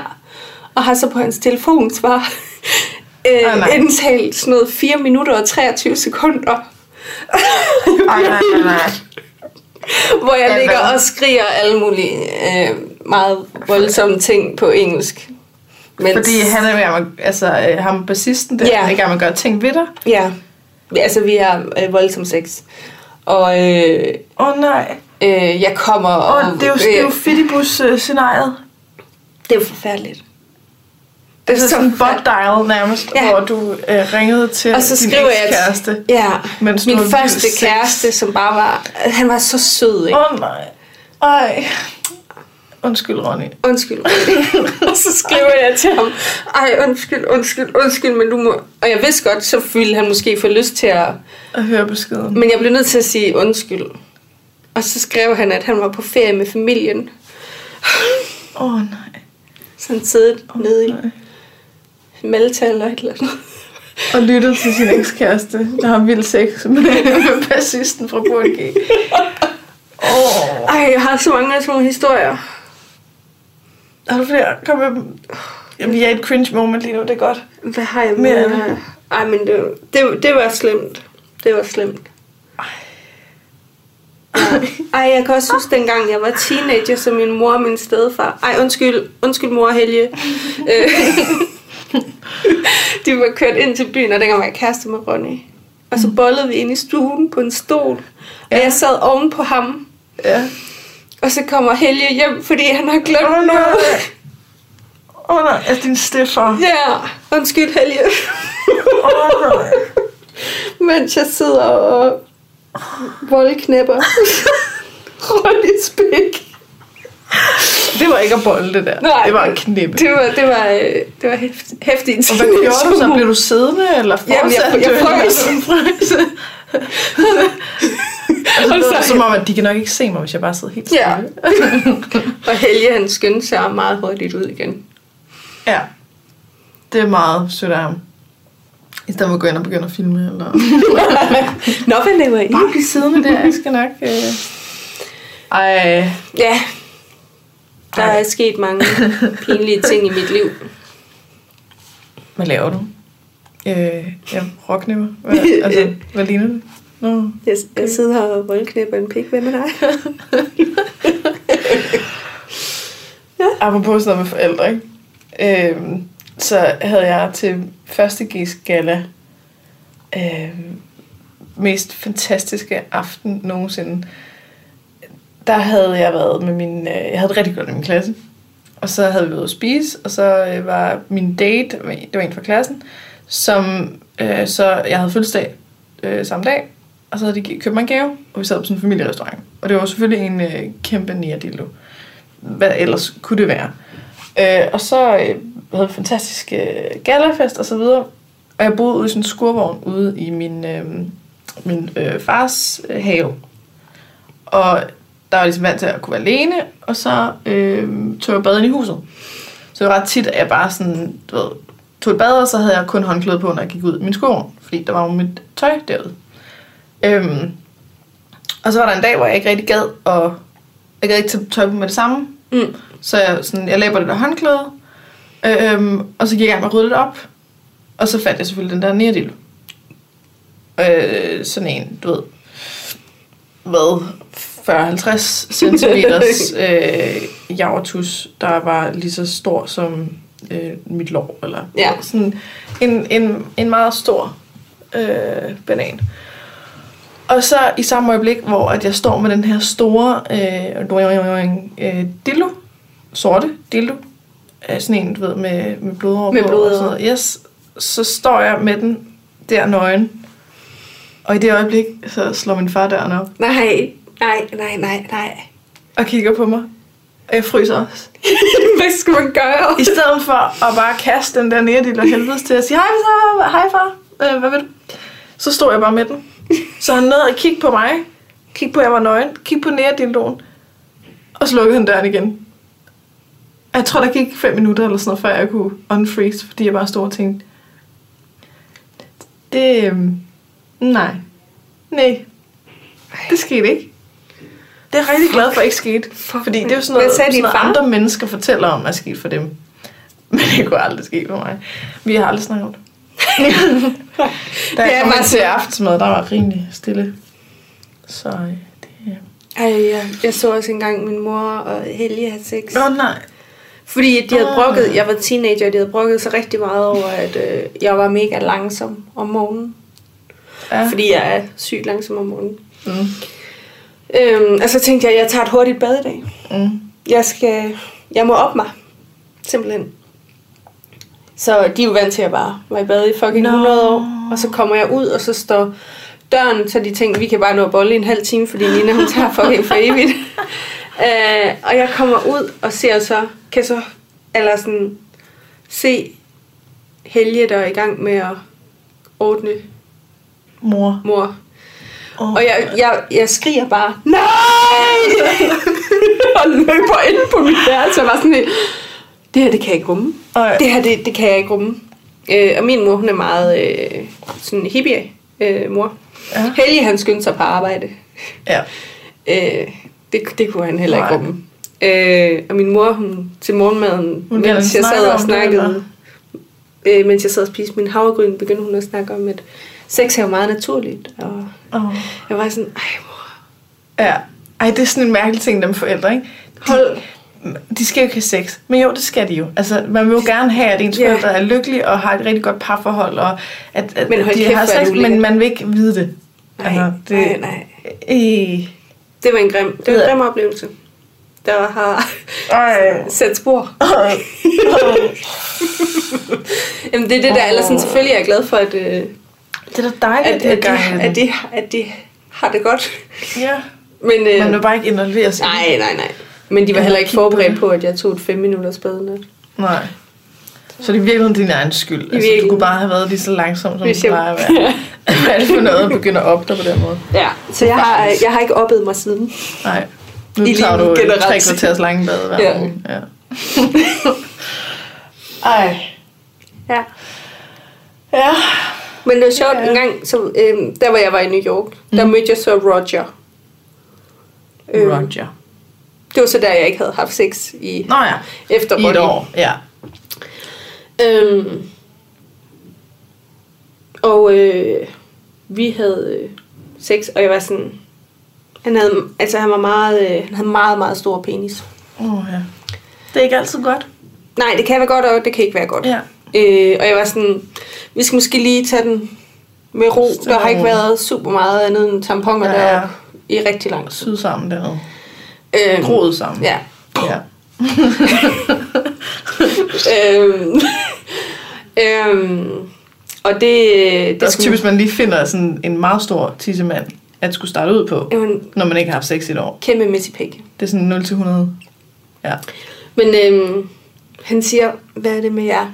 S2: og har så på hans telefon svar
S1: Ej,
S2: (laughs) øh,
S1: nej.
S2: indtalt sådan noget 4 minutter og 23 sekunder.
S1: (laughs) Ej, nej, nej, nej.
S2: (laughs) Hvor jeg
S1: Alt
S2: ligger
S1: hvad?
S2: og skriger alle mulige øh, meget voldsomme ting på engelsk. Mens,
S1: Fordi han er ved at, altså øh, ham bassisten der,
S2: Ja.
S1: yeah. ikke at man gør ting ved dig.
S2: Ja, altså vi har øh, voldsom sex. Og øh,
S1: Åh oh, nej.
S2: øh, jeg kommer...
S1: Åh,
S2: og, Øh,
S1: oh, det er jo, det er jo Fittibus-scenariet.
S2: det er jo forfærdeligt.
S1: Det er Altså, sådan en
S2: forfærdeligt.
S1: bot dial nærmest,
S2: Ja.
S1: ja. hvor du øh, ringede til
S2: Og så
S1: din
S2: skriver jeg...
S1: kæreste.
S2: Ja,
S1: mens du
S2: min
S1: har vild
S2: første
S1: sex.
S2: kæreste, som bare var... Han var så sød, ikke?
S1: Åh oh, nej. Ej. Undskyld, Ronny.
S2: undskyld. (laughs) og så skriver jeg til ham, ej, undskyld, undskyld, undskyld, men du må... Og jeg vidste godt, så ville han måske få lyst til at...
S1: At høre beskeden.
S2: Men jeg blev nødt til at sige undskyld. Og så skrev han, at han var på ferie med familien.
S1: Åh oh, nej.
S2: Så han siddet
S1: Oh,
S2: nede i
S1: nej.
S2: Malta eller et eller andet.
S1: og lyttet til sin ekskæreste, der har vild sex med, med (laughs) bassisten fra Burgen G. Oh.
S2: Ej, jeg har så mange af sådan nogle historier.
S1: Har du flere? Kom med dem. Jamen, vi er i et cringe moment lige nu, det er godt.
S2: Hvad har jeg
S1: Mere
S2: med?
S1: af det her.
S2: Ej, men det, det, det var slemt. Det var slemt. Ej, jeg kan også huske dengang, jeg var teenager, så min mor og min stedfar... Ej, undskyld, undskyld mor og Helge. Øh, (laughs) de var kørt ind til byen, og dengang var jeg kæreste med Ronny. Og så bollede vi ind i stuen på en stol, og jeg sad oven på ham.
S1: Ja.
S2: Og så kommer Helge hjem, fordi han har glemt
S1: Åh, nej.
S2: oh, noget.
S1: Åh oh, nej, altså din stefar.
S2: Ja, undskyld Helge.
S1: Åh oh, nej.
S2: Mens jeg sidder og
S1: (laughs)
S2: Voldknæpper. Rollig spæk.
S1: Det var ikke at bolle, det der.
S2: Nej.
S1: det var at knæppe.
S2: Det var, det var, øh, det var hæft- hæftig en
S1: Og hvad gjorde du så?
S2: situation.
S1: Blev du siddende, eller
S2: Jamen, jeg-
S1: fortsatte
S2: jeg
S1: du, eller
S2: frøs.
S1: sådan
S2: (laughs)
S1: frøs? Og så
S2: Og
S1: lød det
S2: så-
S1: som om, at de kan nok ikke se mig, hvis jeg bare sidder helt stille.
S2: Ja. (laughs) og Helge, han skyndte sig meget hurtigt ud igen.
S1: ja. Det er meget sødt af ham. I stedet for at gå ind og begynde at filme, eller...
S2: Nå, hvad laver I?
S1: (laughs) Bare blive siddende der, jeg skal nok... Øh... Ej,
S2: Ja. Der
S1: Ej.
S2: er sket mange pinlige ting i mit liv.
S1: hvad laver du? Øh, jeg rocknipper. Hvad, altså, hvad ligner det? Nå.
S2: Jeg, jeg sidder her og voldknæpper en pik. Hvad med dig?
S1: Apropos sådan noget med forældre, ikke? Øhm, så havde jeg til første G's gala øhm, mest fantastiske aften nogensinde. Der havde jeg været med min... Øh, jeg havde det rigtig godt med min klasse. Og så havde vi været ude at spise, og så øh, var min date, det var en fra klassen, som øh, så jeg havde fødselsdag øh, samme dag, og så havde de gi- købt mig en gave, og vi sad på sådan en familierestaurant. Og det var selvfølgelig en øh, kæmpe nærdildo. Hvad ellers kunne det være? Øh, og så øh, havde vi en fantastisk øh, galafest og så videre. Og jeg boede ude i sådan en skurvogn ude i min, øh, min øh, fars øh, have. Og der var jeg ligesom vant til at kunne være alene, og så øh, tog jeg bad ind i huset. Så det var ret tit, at jeg bare sådan, du ved, tog et bad, og så havde jeg kun håndklæde på, når jeg gik ud i min skovogn, fordi der var jo mit tøj derude. Øhm, og så var der en dag, hvor jeg ikke rigtig gad, og jeg gad ikke tage tøj på med det samme.
S2: Mm.
S1: Så jeg, sådan, jeg lagde på det der håndklæde, øhm, og så gik jeg i gang med at rydde lidt op, og så fandt jeg selvfølgelig den der nærdil. Øh, sådan en, du ved, hvad, 40-50 cm øh, javertus, der var lige så stor som øh, mit lår, eller
S2: Ja.
S1: sådan en, en, en meget stor øh, banan. Og så i samme øjeblik, hvor at jeg står med den her store øh, doing, doing, øh, dildo, sorte dildo, øh, sådan en, du ved, med, med blodår
S2: Med
S1: på
S2: blodårer.
S1: og sådan noget. Yes. Så står jeg med den der nøgen, og i det øjeblik, så slår min far døren op
S2: Nej, nej, nej, nej, nej.
S1: og kigger på mig. Og jeg fryser også.
S2: (laughs) Hvad skal man gøre?
S1: I stedet for at bare kaste den der nærdil og helvedes til at sige, hej, så, hej far, øh, hvad vil du? Så stod jeg bare med den. Så han ned og kiggede på mig, kiggede på, at jeg var nøgen, kiggede på nærdildoen, og så lukkede han døren igen. Jeg tror, der gik fem minutter eller sådan noget, før jeg kunne unfreeze, fordi jeg bare stod og tænkte, det, øh, nej, nej, det skete ikke. Det er jeg rigtig glad for, ikke skete. Fordi det er jo sådan noget,
S2: Hvad
S1: sådan
S2: sagde din
S1: noget
S2: far?
S1: andre mennesker fortæller om, er sket for dem. (laughs) Men det kunne aldrig ske for mig. Vi har aldrig
S2: (laughs)
S1: snakket om det. Da
S2: Det er
S1: jeg kom
S2: bare
S1: ind til aftensmad, der var rimelig stille. Så øh, det...
S2: Ej, jeg, jeg så også engang min mor og Helge have sex.
S1: Åh oh, nej.
S2: Fordi at de havde
S1: Ah.
S2: brokket, jeg var teenager, og de havde brokket så rigtig meget over, at øh, jeg var mega langsom om morgenen.
S1: Ja.
S2: Fordi jeg er sygt langsom om morgenen.
S1: Mm.
S2: Øhm, og så tænkte jeg, at jeg tager et hurtigt bad i dag.
S1: Mm.
S2: Jeg, skal, jeg må op mig, simpelthen. Så de er jo vant til, at jeg bare var i bad i fucking
S1: Nå.
S2: 100 år. Og så kommer jeg ud, og så står døren, så de tænker, vi kan bare nå at bolle i en halv time, fordi Nina, hun tager fucking for evigt. øh, og jeg kommer ud og ser så, kan så, eller sådan, se Helge, der er i gang med at ordne
S1: Mor.
S2: mor.
S1: Oh.
S2: Og jeg, jeg, jeg skriger bare, nej! (laughs) og løber ind på mit værelse og var sådan helt, det her, det kan jeg ikke rumme.
S1: Ej.
S2: Det her, det, det kan jeg ikke rumme. Øh, og min mor, hun er meget øh, sådan hippie øh, mor.
S1: Ja.
S2: Helge, han skyndte sig på arbejde.
S1: Ja.
S2: Øh, det, det kunne han heller ikke
S1: Nej.
S2: rumme. Øh, og min mor, hun til morgenmaden,
S1: Hun
S2: hun
S1: gerne
S2: mens jeg
S1: snakke
S2: sad
S1: om
S2: og
S1: det,
S2: snakkede, øh, mens jeg sad og spiste min havregryn, begyndte hun at snakke om, at sex er jo meget naturligt. Og
S1: Oh.
S2: jeg var sådan, ej mor,
S1: Ja. Ej, det er sådan en mærkelig ting, dem forældre, ikke? De,
S2: Hold.
S1: de skal jo ikke have sex. Men jo, det skal de jo. Altså, man vil jo gerne have, at ens
S2: Ja.
S1: forældre er lykkelige og har et rigtig godt parforhold, og at, at
S2: Men hold
S1: de
S2: kæft,
S1: har
S2: hvor er
S1: sex,
S2: det ulækkert.
S1: men man vil ikke vide det. Altså,
S2: Nej, nej, nej.
S1: Øh,
S2: Det var en grim, det var en grim oplevelse, der har
S1: Ej.
S2: (laughs) sat spor. Jamen det er det der, eller sådan selvfølgelig er jeg glad for, at, øh,
S1: det er da dejligt,
S2: at,
S1: at,
S2: at, de, at, de, at de har det godt.
S1: Ja.
S2: Men, øh,
S1: Man vil bare ikke involvere sig. i det.
S2: nej, nej, nej. Men de var
S1: Jeg
S2: heller
S1: må
S2: ikke
S1: kigge på
S2: forberedt
S1: det.
S2: på, at jeg tog et fem minutters badenet.
S1: Nej. Så det er virkelig din egen skyld. Altså, du
S2: virkeligheden.
S1: kunne bare have været lige så langsom, som du
S2: Hvis jeg-
S1: plejer at være.
S2: (laughs)
S1: Hvad er det for noget at begynde at opdage på den måde?
S2: Ja, så jeg har, jeg har ikke oppet mig siden.
S1: Nej. Nu
S2: I
S1: tager
S2: livet
S1: du generelt.
S2: generelt.
S1: tre kvarters lange bad hver
S2: Ja.
S1: ja. uge. Ja. (laughs) Ej.
S2: Ja.
S1: Ja.
S2: Men det var sjovt,
S1: Ja.
S2: ja. en gang, så, øh, der hvor jeg var i New York, mm. der mødte jeg så Roger. Øh,
S1: Roger.
S2: Det var så der, jeg ikke havde haft sex i
S1: Nå ja.
S2: efter
S1: I et
S2: Ronny.
S1: år. Ja.
S2: Øhm, og øh, vi havde øh, sex, og jeg var sådan... Han havde, altså, han var meget, øh, han havde meget, meget stor penis.
S1: Oh, ja. Det er ikke altid godt.
S2: Nej, det kan være godt, og det kan ikke være godt.
S1: Ja.
S2: Øh, og jeg var sådan, vi skal måske lige tage den med ro.
S1: Stille
S2: Der har ikke
S1: og roligt.
S2: været super meget andet end tamponer
S1: Ja,
S2: ja,
S1: ja.
S2: ja. i rigtig lang tid.
S1: Syd sammen dernede.
S2: Øhm,
S1: Groet sammen.
S2: Ja.
S1: ja.
S2: Øhm, (laughs) øhm, og det, øh, det,
S1: Det er også Altså typisk, man lige finder sådan en meget stor tissemand at skulle starte ud på,
S2: Jamen,
S1: når man ikke har haft sex i et år.
S2: kæmpe missy pig.
S1: Det er sådan 0-100. Ja.
S2: Men øhm, han siger, hvad er det med jer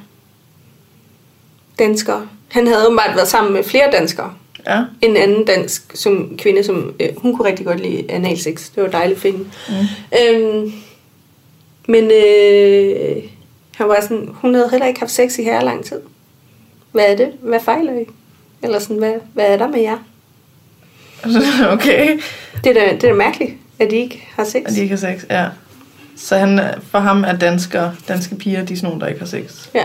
S2: danskere? Han havde åbenbart været sammen med flere danskere.
S1: Ja. (laughs)
S2: En anden dansk som kvinde, som øh, hun kunne rigtig godt lide analsex. Det var dejligt for hende. Mm. Øhm, men øh, han var sådan, hun havde heller ikke haft sex i her lang tid. Hvad er det? Hvad fejler I? Eller sådan, hvad, hvad er der med jer?
S1: Okay.
S2: Det er da, det er da mærkeligt, at I ikke har sex.
S1: Og de ikke har sex, ja. Så han, for ham er danskere, danske piger, de er sådan nogle, der ikke har sex.
S2: Ja,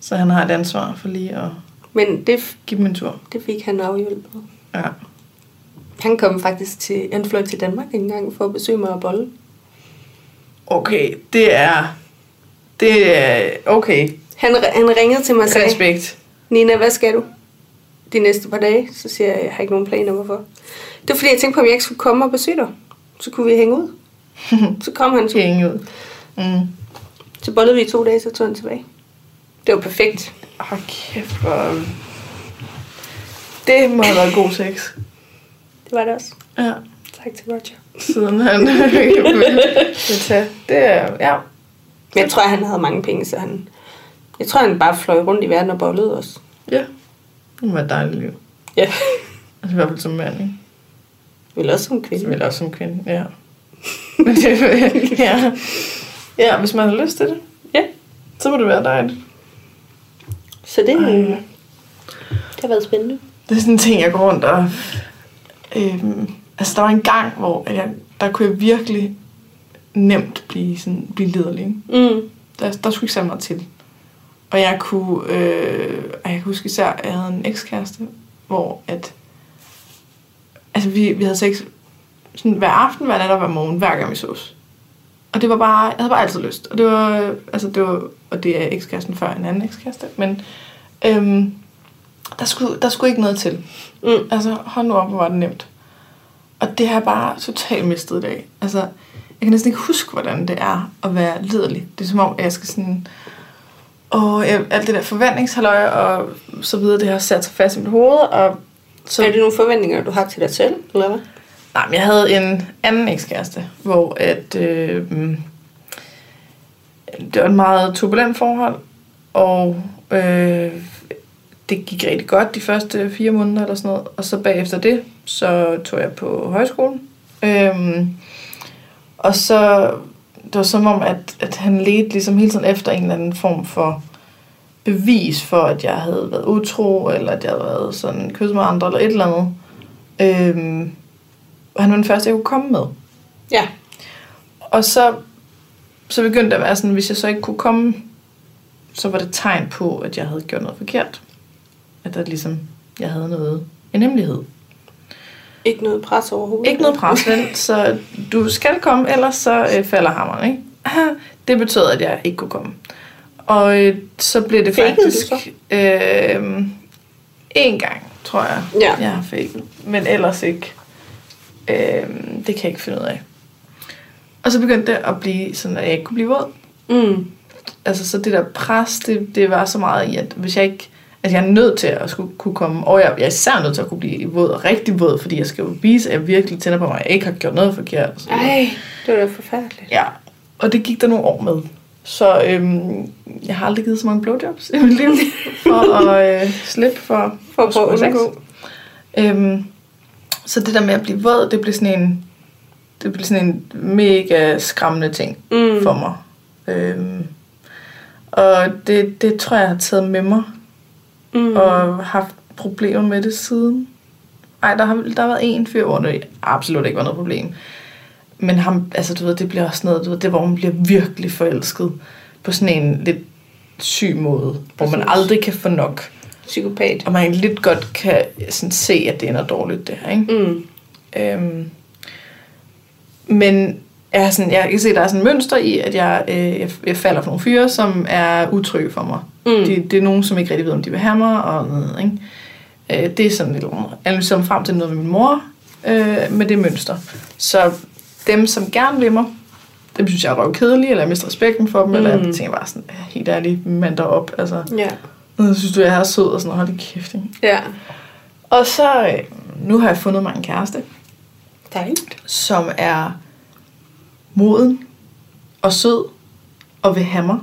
S1: Så han har et ansvar for lige at
S2: men det, f-
S1: give dem en tur.
S2: det fik han afhjulpet.
S1: Ja.
S2: Han kom faktisk til, han fløj til Danmark en gang for at besøge mig og bolle.
S1: Okay, det er... Det er... Okay.
S2: Han, ri- han ringede til mig og sagde,
S1: Respekt. (laughs)
S2: Nina, hvad skal du de næste par dage? Så siger jeg, jeg har ikke nogen planer, hvorfor. Det var fordi, jeg tænkte på, om jeg ikke skulle komme og besøge dig. Så kunne vi hænge ud. Så kom han, så,
S1: Penge ud. Mm.
S2: så bollede vi i to dage, så tog han tilbage. Det var perfekt.
S1: Åh, kæft, hvor... Det må have været god sex.
S2: Det var det også.
S1: Ja.
S2: Tak til Roger.
S1: Siden han (laughs) vil tage. Det er... Ja.
S2: Men jeg tror, han havde mange penge, så han... Jeg tror, han bare fløj rundt i verden og bollede os.
S1: Ja. Det var et dejligt liv.
S2: Ja. (laughs)
S1: Altså i hvert fald som mand, ikke?
S2: Vel også som kvinde.
S1: Vel også som kvinde, ja. (laughs) Men det, ja. ja, hvis man har lyst til det,
S2: Ja.
S1: så må det være dejligt.
S2: Så det,
S1: Ej.
S2: øh, det har været spændende.
S1: Det er sådan en ting, jeg går rundt og... Øhm, altså, der var en gang, hvor at jeg, der kunne jeg virkelig nemt blive, sådan, blive lederlig. ikke?
S2: Mm.
S1: Der, der skulle ikke så meget til. Og jeg kunne, øh, og jeg kan huske især, at jeg havde en ekskæreste, hvor at, altså vi, vi havde sex sådan hver aften, hver nat og hver morgen, hver gang vi sås. Og det var bare, jeg havde bare altid lyst. Og det var, øh, altså det var, og det er ekskæresten før en anden ekskæreste, men øhm, der, skulle, der skulle ikke noget til.
S2: Mm.
S1: Altså, hold nu op, hvor var det nemt. Og det har jeg bare totalt mistet i dag. Altså, jeg kan næsten ikke huske, hvordan det er at være lederlig. Det er som om, at jeg skal sådan... Og jeg, alt det der forventningshalløj og så videre, det har sat sig fast i mit hoved. Og så,
S2: Så er det nogle forventninger, du har til dig selv, eller hvad?
S1: Nej, men jeg havde en anden ekskæreste, hvor at, øh, mm, det var et meget turbulent forhold, og øh, det gik rigtig godt de første fire måneder eller sådan noget, og så bagefter det, så tog jeg på højskolen. Øh, og så, det var som om, at, at han ledte ligesom hele tiden efter en eller anden form for bevis for, at jeg havde været utro, eller at jeg havde været sådan kysset med andre, eller et eller andet. Øhm, og han var den første, jeg kunne komme med.
S2: Ja.
S1: Og så, så begyndte det at være sådan, hvis jeg så ikke kunne komme, så var det et tegn på, at jeg havde gjort noget forkert. At der ligesom, jeg havde noget, en hemmelighed.
S2: Ikke noget pres overhovedet.
S1: Ikke noget pres, vel? Så du skal komme, ellers så øh, falder hammeren, ikke? (clears throat) Det betød, at jeg ikke kunne komme. Og øh, så blev det
S2: Fakede du
S1: faktisk...
S2: så?
S1: Øh, en gang, tror jeg,
S2: Ja.
S1: jeg har faket. Men ellers ikke. Øh, det kan jeg ikke finde ud af. Og så begyndte det at blive sådan, at jeg ikke kunne blive våd.
S2: Mm.
S1: Altså, så det der pres, det, det var så meget i, at hvis jeg ikke... Altså, jeg er nødt til at skulle, kunne komme, og jeg, jeg er især nødt til at kunne blive våd, rigtig våd, fordi jeg skal jo vise, at jeg virkelig tænder på mig, at jeg ikke har gjort noget forkert. og sådan noget.
S2: Ej, det var da forfærdeligt.
S1: Ja, og det gik der nogle år med. Så øhm, jeg har aldrig givet så mange blowjobs i mit liv, for at øh, slippe for,
S2: For at prøve at
S1: sex.
S2: undgå.
S1: Øhm, så det der med at blive våd, det blev sådan en, det blev sådan en mega skræmmende ting mm.
S2: Mm.
S1: for mig. Øhm, og det, det tror jeg, jeg har taget med mig,
S2: Mm.
S1: mm. og haft problemer med det siden. Ej, der har, der har været en fyr, hvor det absolut ikke var noget problem. Men ham, altså du ved, det bliver også noget, du ved, det er, hvor man bliver virkelig forelsket på sådan en lidt syg måde, hvor man
S2: Præcis.
S1: aldrig kan få nok.
S2: Psykopat.
S1: Og man lidt godt kan sådan, se, at det ender dårligt, det her, ikke?
S2: Mm.
S1: Øhm, men jeg, er sådan, jeg kan se, at der er sådan et mønster i, at jeg, øh, jeg, jeg falder for nogle fyre, som er utrygge for mig.
S2: Mm.
S1: De, det er nogen, som ikke rigtig ved, om de vil have mig. Og, noget, ikke? Øh, det er sådan lidt analyseret frem til noget med min mor øh, med det mønster. Så dem, som gerne vil mig, dem synes jeg er røv kedelige, eller jeg mister respekten for dem, mm. eller jeg tænker bare sådan, helt ærligt, mand derop, altså,
S2: Ja.
S1: "Øh, synes du, jeg er sød, og sådan noget, hold da kæft, ikke?
S2: Ja.
S1: Og så, øh, nu har jeg fundet mig en kæreste,
S2: Dejligt.
S1: som er moden og sød og vil have mig.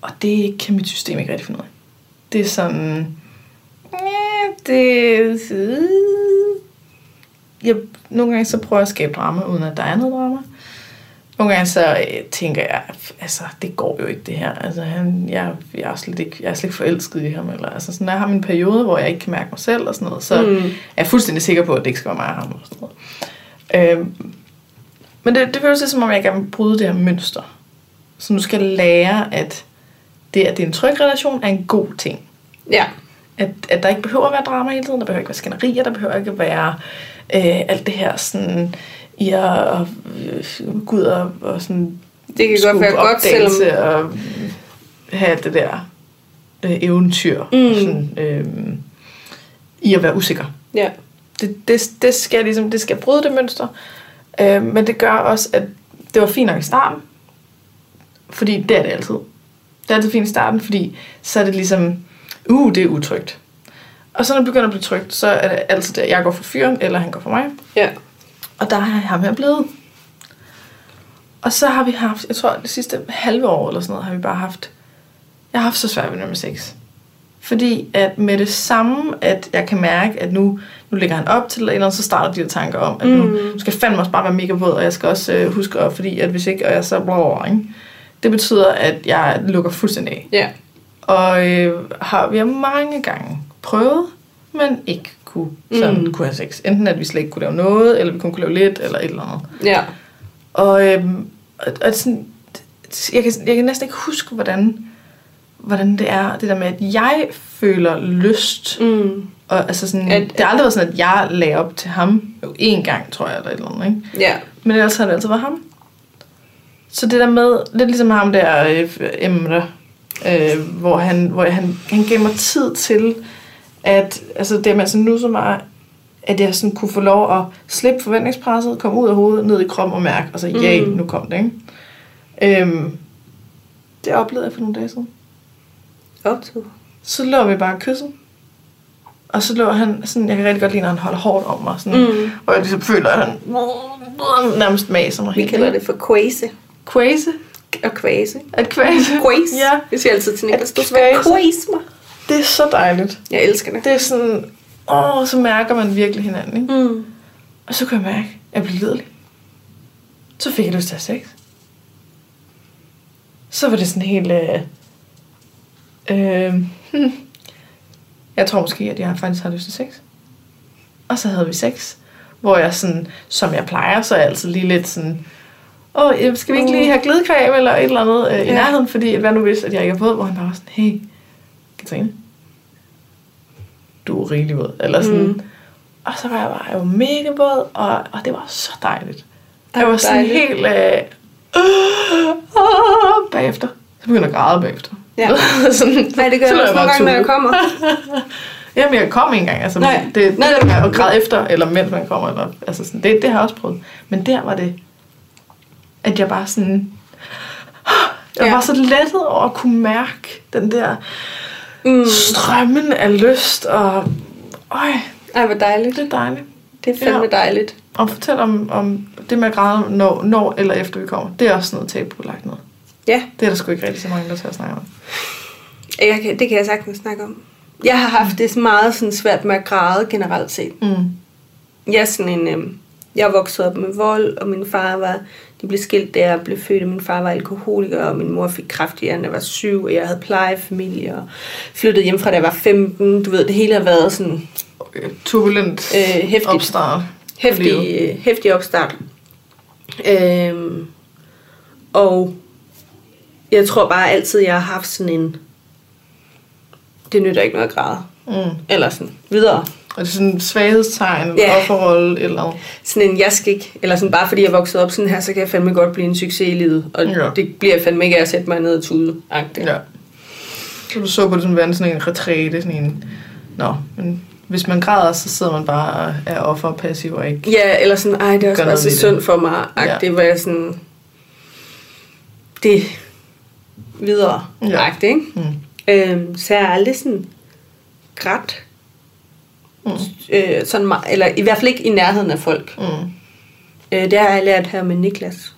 S1: Og det kan mit system ikke rigtig finde ud af. Det er sådan... "Næh, Det... Jeg, nogle gange så prøver jeg at skabe drama, uden at der er noget drama. Nogle gange så øh, tænker jeg, altså det går jo ikke det her. Altså han, jeg, jeg, er slet ikke, jeg er slet ikke forelsket i ham. Eller, altså sådan, når jeg har min periode, hvor jeg ikke kan mærke mig selv og sådan noget, så mm. er jeg fuldstændig sikker på, at det ikke skal være mig og ham. Og sådan noget. Øhm, men det, det føles lidt som om, jeg gerne vil bryde det her mønster. Så nu skal jeg lære, at det, at det er en tryg relation, er en god ting.
S2: Ja.
S1: At, at der ikke behøver at være drama hele tiden, der behøver ikke være skænderier, der behøver ikke at være øh, alt det her sådan i at og, øh, gå ud og, og sådan
S2: Det kan godt
S1: skubbe
S2: være godt, selvom...
S1: opdagelse og øh, have det der øh, eventyr mm. sådan, øh, i at være usikker.
S2: Ja.
S1: Det, det, det skal jeg ligesom, det skal bryde det mønster. Øh, men det gør også, at det var fint nok i starten. Fordi det er det altid. Det er altid fint i starten, fordi så er det ligesom, uh, det er utrygt. Og så når det begynder at blive trygt, så er det altid der, jeg går for fyren, eller han går for mig.
S2: Ja.
S1: Og der er ham her blevet. Og så har vi haft, jeg tror det sidste halve år eller sådan noget, har vi bare haft, jeg har haft så svært ved nummer 6. Fordi at med det samme, at jeg kan mærke, at nu, nu ligger han op til et eller andet, så starter de der tanker om, at nu, nu skal jeg fandme også bare være mega våd, og jeg skal også øh, huske, at, fordi at hvis ikke, og jeg så blå ikke? Det betyder, at jeg lukker fuldstændig af.
S2: Ja.
S1: Og øh, har vi har mange gange prøvet, men ikke kunne, sådan mm. kunne have sex. Enten at vi slet ikke kunne lave noget, eller vi kun kunne lave lidt, eller et eller andet.
S2: Ja.
S1: Og, øh, og, og sådan, jeg, kan, jeg kan næsten ikke huske, hvordan, hvordan det er, det der med, at jeg føler lyst.
S2: Mm.
S1: Og, altså sådan,
S2: At-
S1: at, det har aldrig været sådan, at jeg lagde op til ham. Jo, én gang, tror jeg, eller et eller andet, ikke?
S2: Ja.
S1: Men ellers har det altid været ham. Så det der med, lidt ligesom ham der øh, Emre, øh, hvor, han, hvor han, han gav mig tid til, at altså det med sådan nu som mig, at jeg sådan kunne få lov at slippe forventningspresset, komme ud af hovedet, ned i kroppen og mærke, og så ja, mm. nu kom det, ikke? Øhm, det oplevede jeg for nogle dage siden.
S2: Optog.
S1: Så lå vi bare og kyssede. Og så lå han sådan, jeg kan rigtig godt lide, når han holder hårdt om mig, sådan, mm. hvor jeg ligesom føler, at han nærmest maser mig
S2: Vi
S1: helt.
S2: kalder det for quase.
S1: Quase.
S2: Og kvase.
S1: At kvase.
S2: Quase.
S1: Ja.
S2: Det siger jeg altid til Niklas. Du skal
S1: Quase.
S2: quase mig.
S1: Det er så dejligt.
S2: Jeg elsker det.
S1: Det er sådan, åh, så mærker man virkelig hinanden, ikke?
S2: Mm.
S1: Og så kunne jeg mærke, at jeg blev lidelig. Så fik jeg lyst til at have sex. Så var det sådan helt, øh, øh, hmm. jeg tror måske, at jeg faktisk har lyst til sex. Og så havde vi sex, hvor jeg sådan, som jeg plejer, så er jeg altid lige lidt sådan, åh, øh, skal vi ikke lige have glidecreme eller et eller andet øh, i
S2: Ja.
S1: nærheden, fordi at hvad nu hvis, at jeg ikke har fået, hvor han bare var sådan, hey, Katrine, du er rigelig våd, eller sådan. Mm. Og så var jeg bare, jeg var mega våd, og, og det var så dejligt. Og jeg var sådan
S2: dejligt.
S1: helt, øh, øh, øh, bagefter. Så begyndte jeg at græde bagefter.
S2: Ja.
S1: (laughs) sådan,
S2: Nej, det gør
S1: så
S2: jeg
S1: lå
S2: også
S1: bare
S2: nogle gange, når
S1: og tude.
S2: jeg kommer.
S1: (laughs) Jamen, jeg kom ikke engang. Altså,
S2: Nej.
S1: Det, det,
S2: Nej,
S1: der
S2: nej.
S1: med at græde efter, eller mens man kommer, eller, altså sådan, det, det har jeg også prøvet. Men der var det, at jeg bare sådan... (gasps) Jeg
S2: Ja.
S1: var så lettet over at kunne mærke den der mm. strømmen af lyst, og øj,
S2: Ej, hvor dejligt.
S1: det er dejligt.
S2: Det er fandme
S1: Ja.
S2: dejligt.
S1: Og fortæl om, om det med at græde, når, når eller efter vi kommer. Det er også sådan noget tabu lagt ned.
S2: Ja,
S1: Det er der sgu ikke rigtig så mange, der tager at snakke om.
S2: jeg kan, det kan jeg sagtens snakke om. Jeg har haft det meget sådan svært med at græde generelt set.
S1: Mm.
S2: Jeg er sådan en... Øh, jeg voksede op med vold, og min far var... De blev skilt, da jeg blev født, og min far var alkoholiker, og min mor fik kræft i hjernen, da jeg var syv, og jeg havde plejefamilie, og flyttede hjem fra, da jeg var 15. Du ved, det hele har været sådan
S1: Øh, Turbulent
S2: Øh, heftigt.
S1: opstart. Livet.
S2: hæftig, øh, hæftig opstart. Øhm, og jeg tror bare altid, jeg har haft sådan en... Det nytter ikke noget at græde.
S1: Mm.
S2: Eller sådan videre.
S1: Og det er sådan et svaghedstegn,
S2: Ja.
S1: yeah. offerrolle eller andet.
S2: sådan en jeg skal ikke, eller sådan bare fordi jeg voksede op sådan her, så kan jeg fandme godt blive en succes i livet. Og
S1: Ja.
S2: ja. det bliver jeg fandme ikke af at sætte mig ned og tude. Ja.
S1: Ja. Så du så på det som værende sådan en retræte, sådan en... Nå, men hvis man græder, så sidder man bare og er offer og passiv og ikke...
S2: ja, eller sådan, ej, det er også
S1: Gør
S2: bare
S1: noget
S2: så
S1: ved det."
S2: synd for mig.
S1: Ja.
S2: Ja. Det var jeg sådan, det videre.
S1: Ja.
S2: Ja. Agtigt, ikke?
S1: Mm.
S2: Øhm, så jeg er aldrig sådan grædt.
S1: Mm.
S2: Øh, sådan meget, eller i hvert fald ikke i nærheden af folk.
S1: Mm.
S2: Øh, det har jeg lært her med Niklas,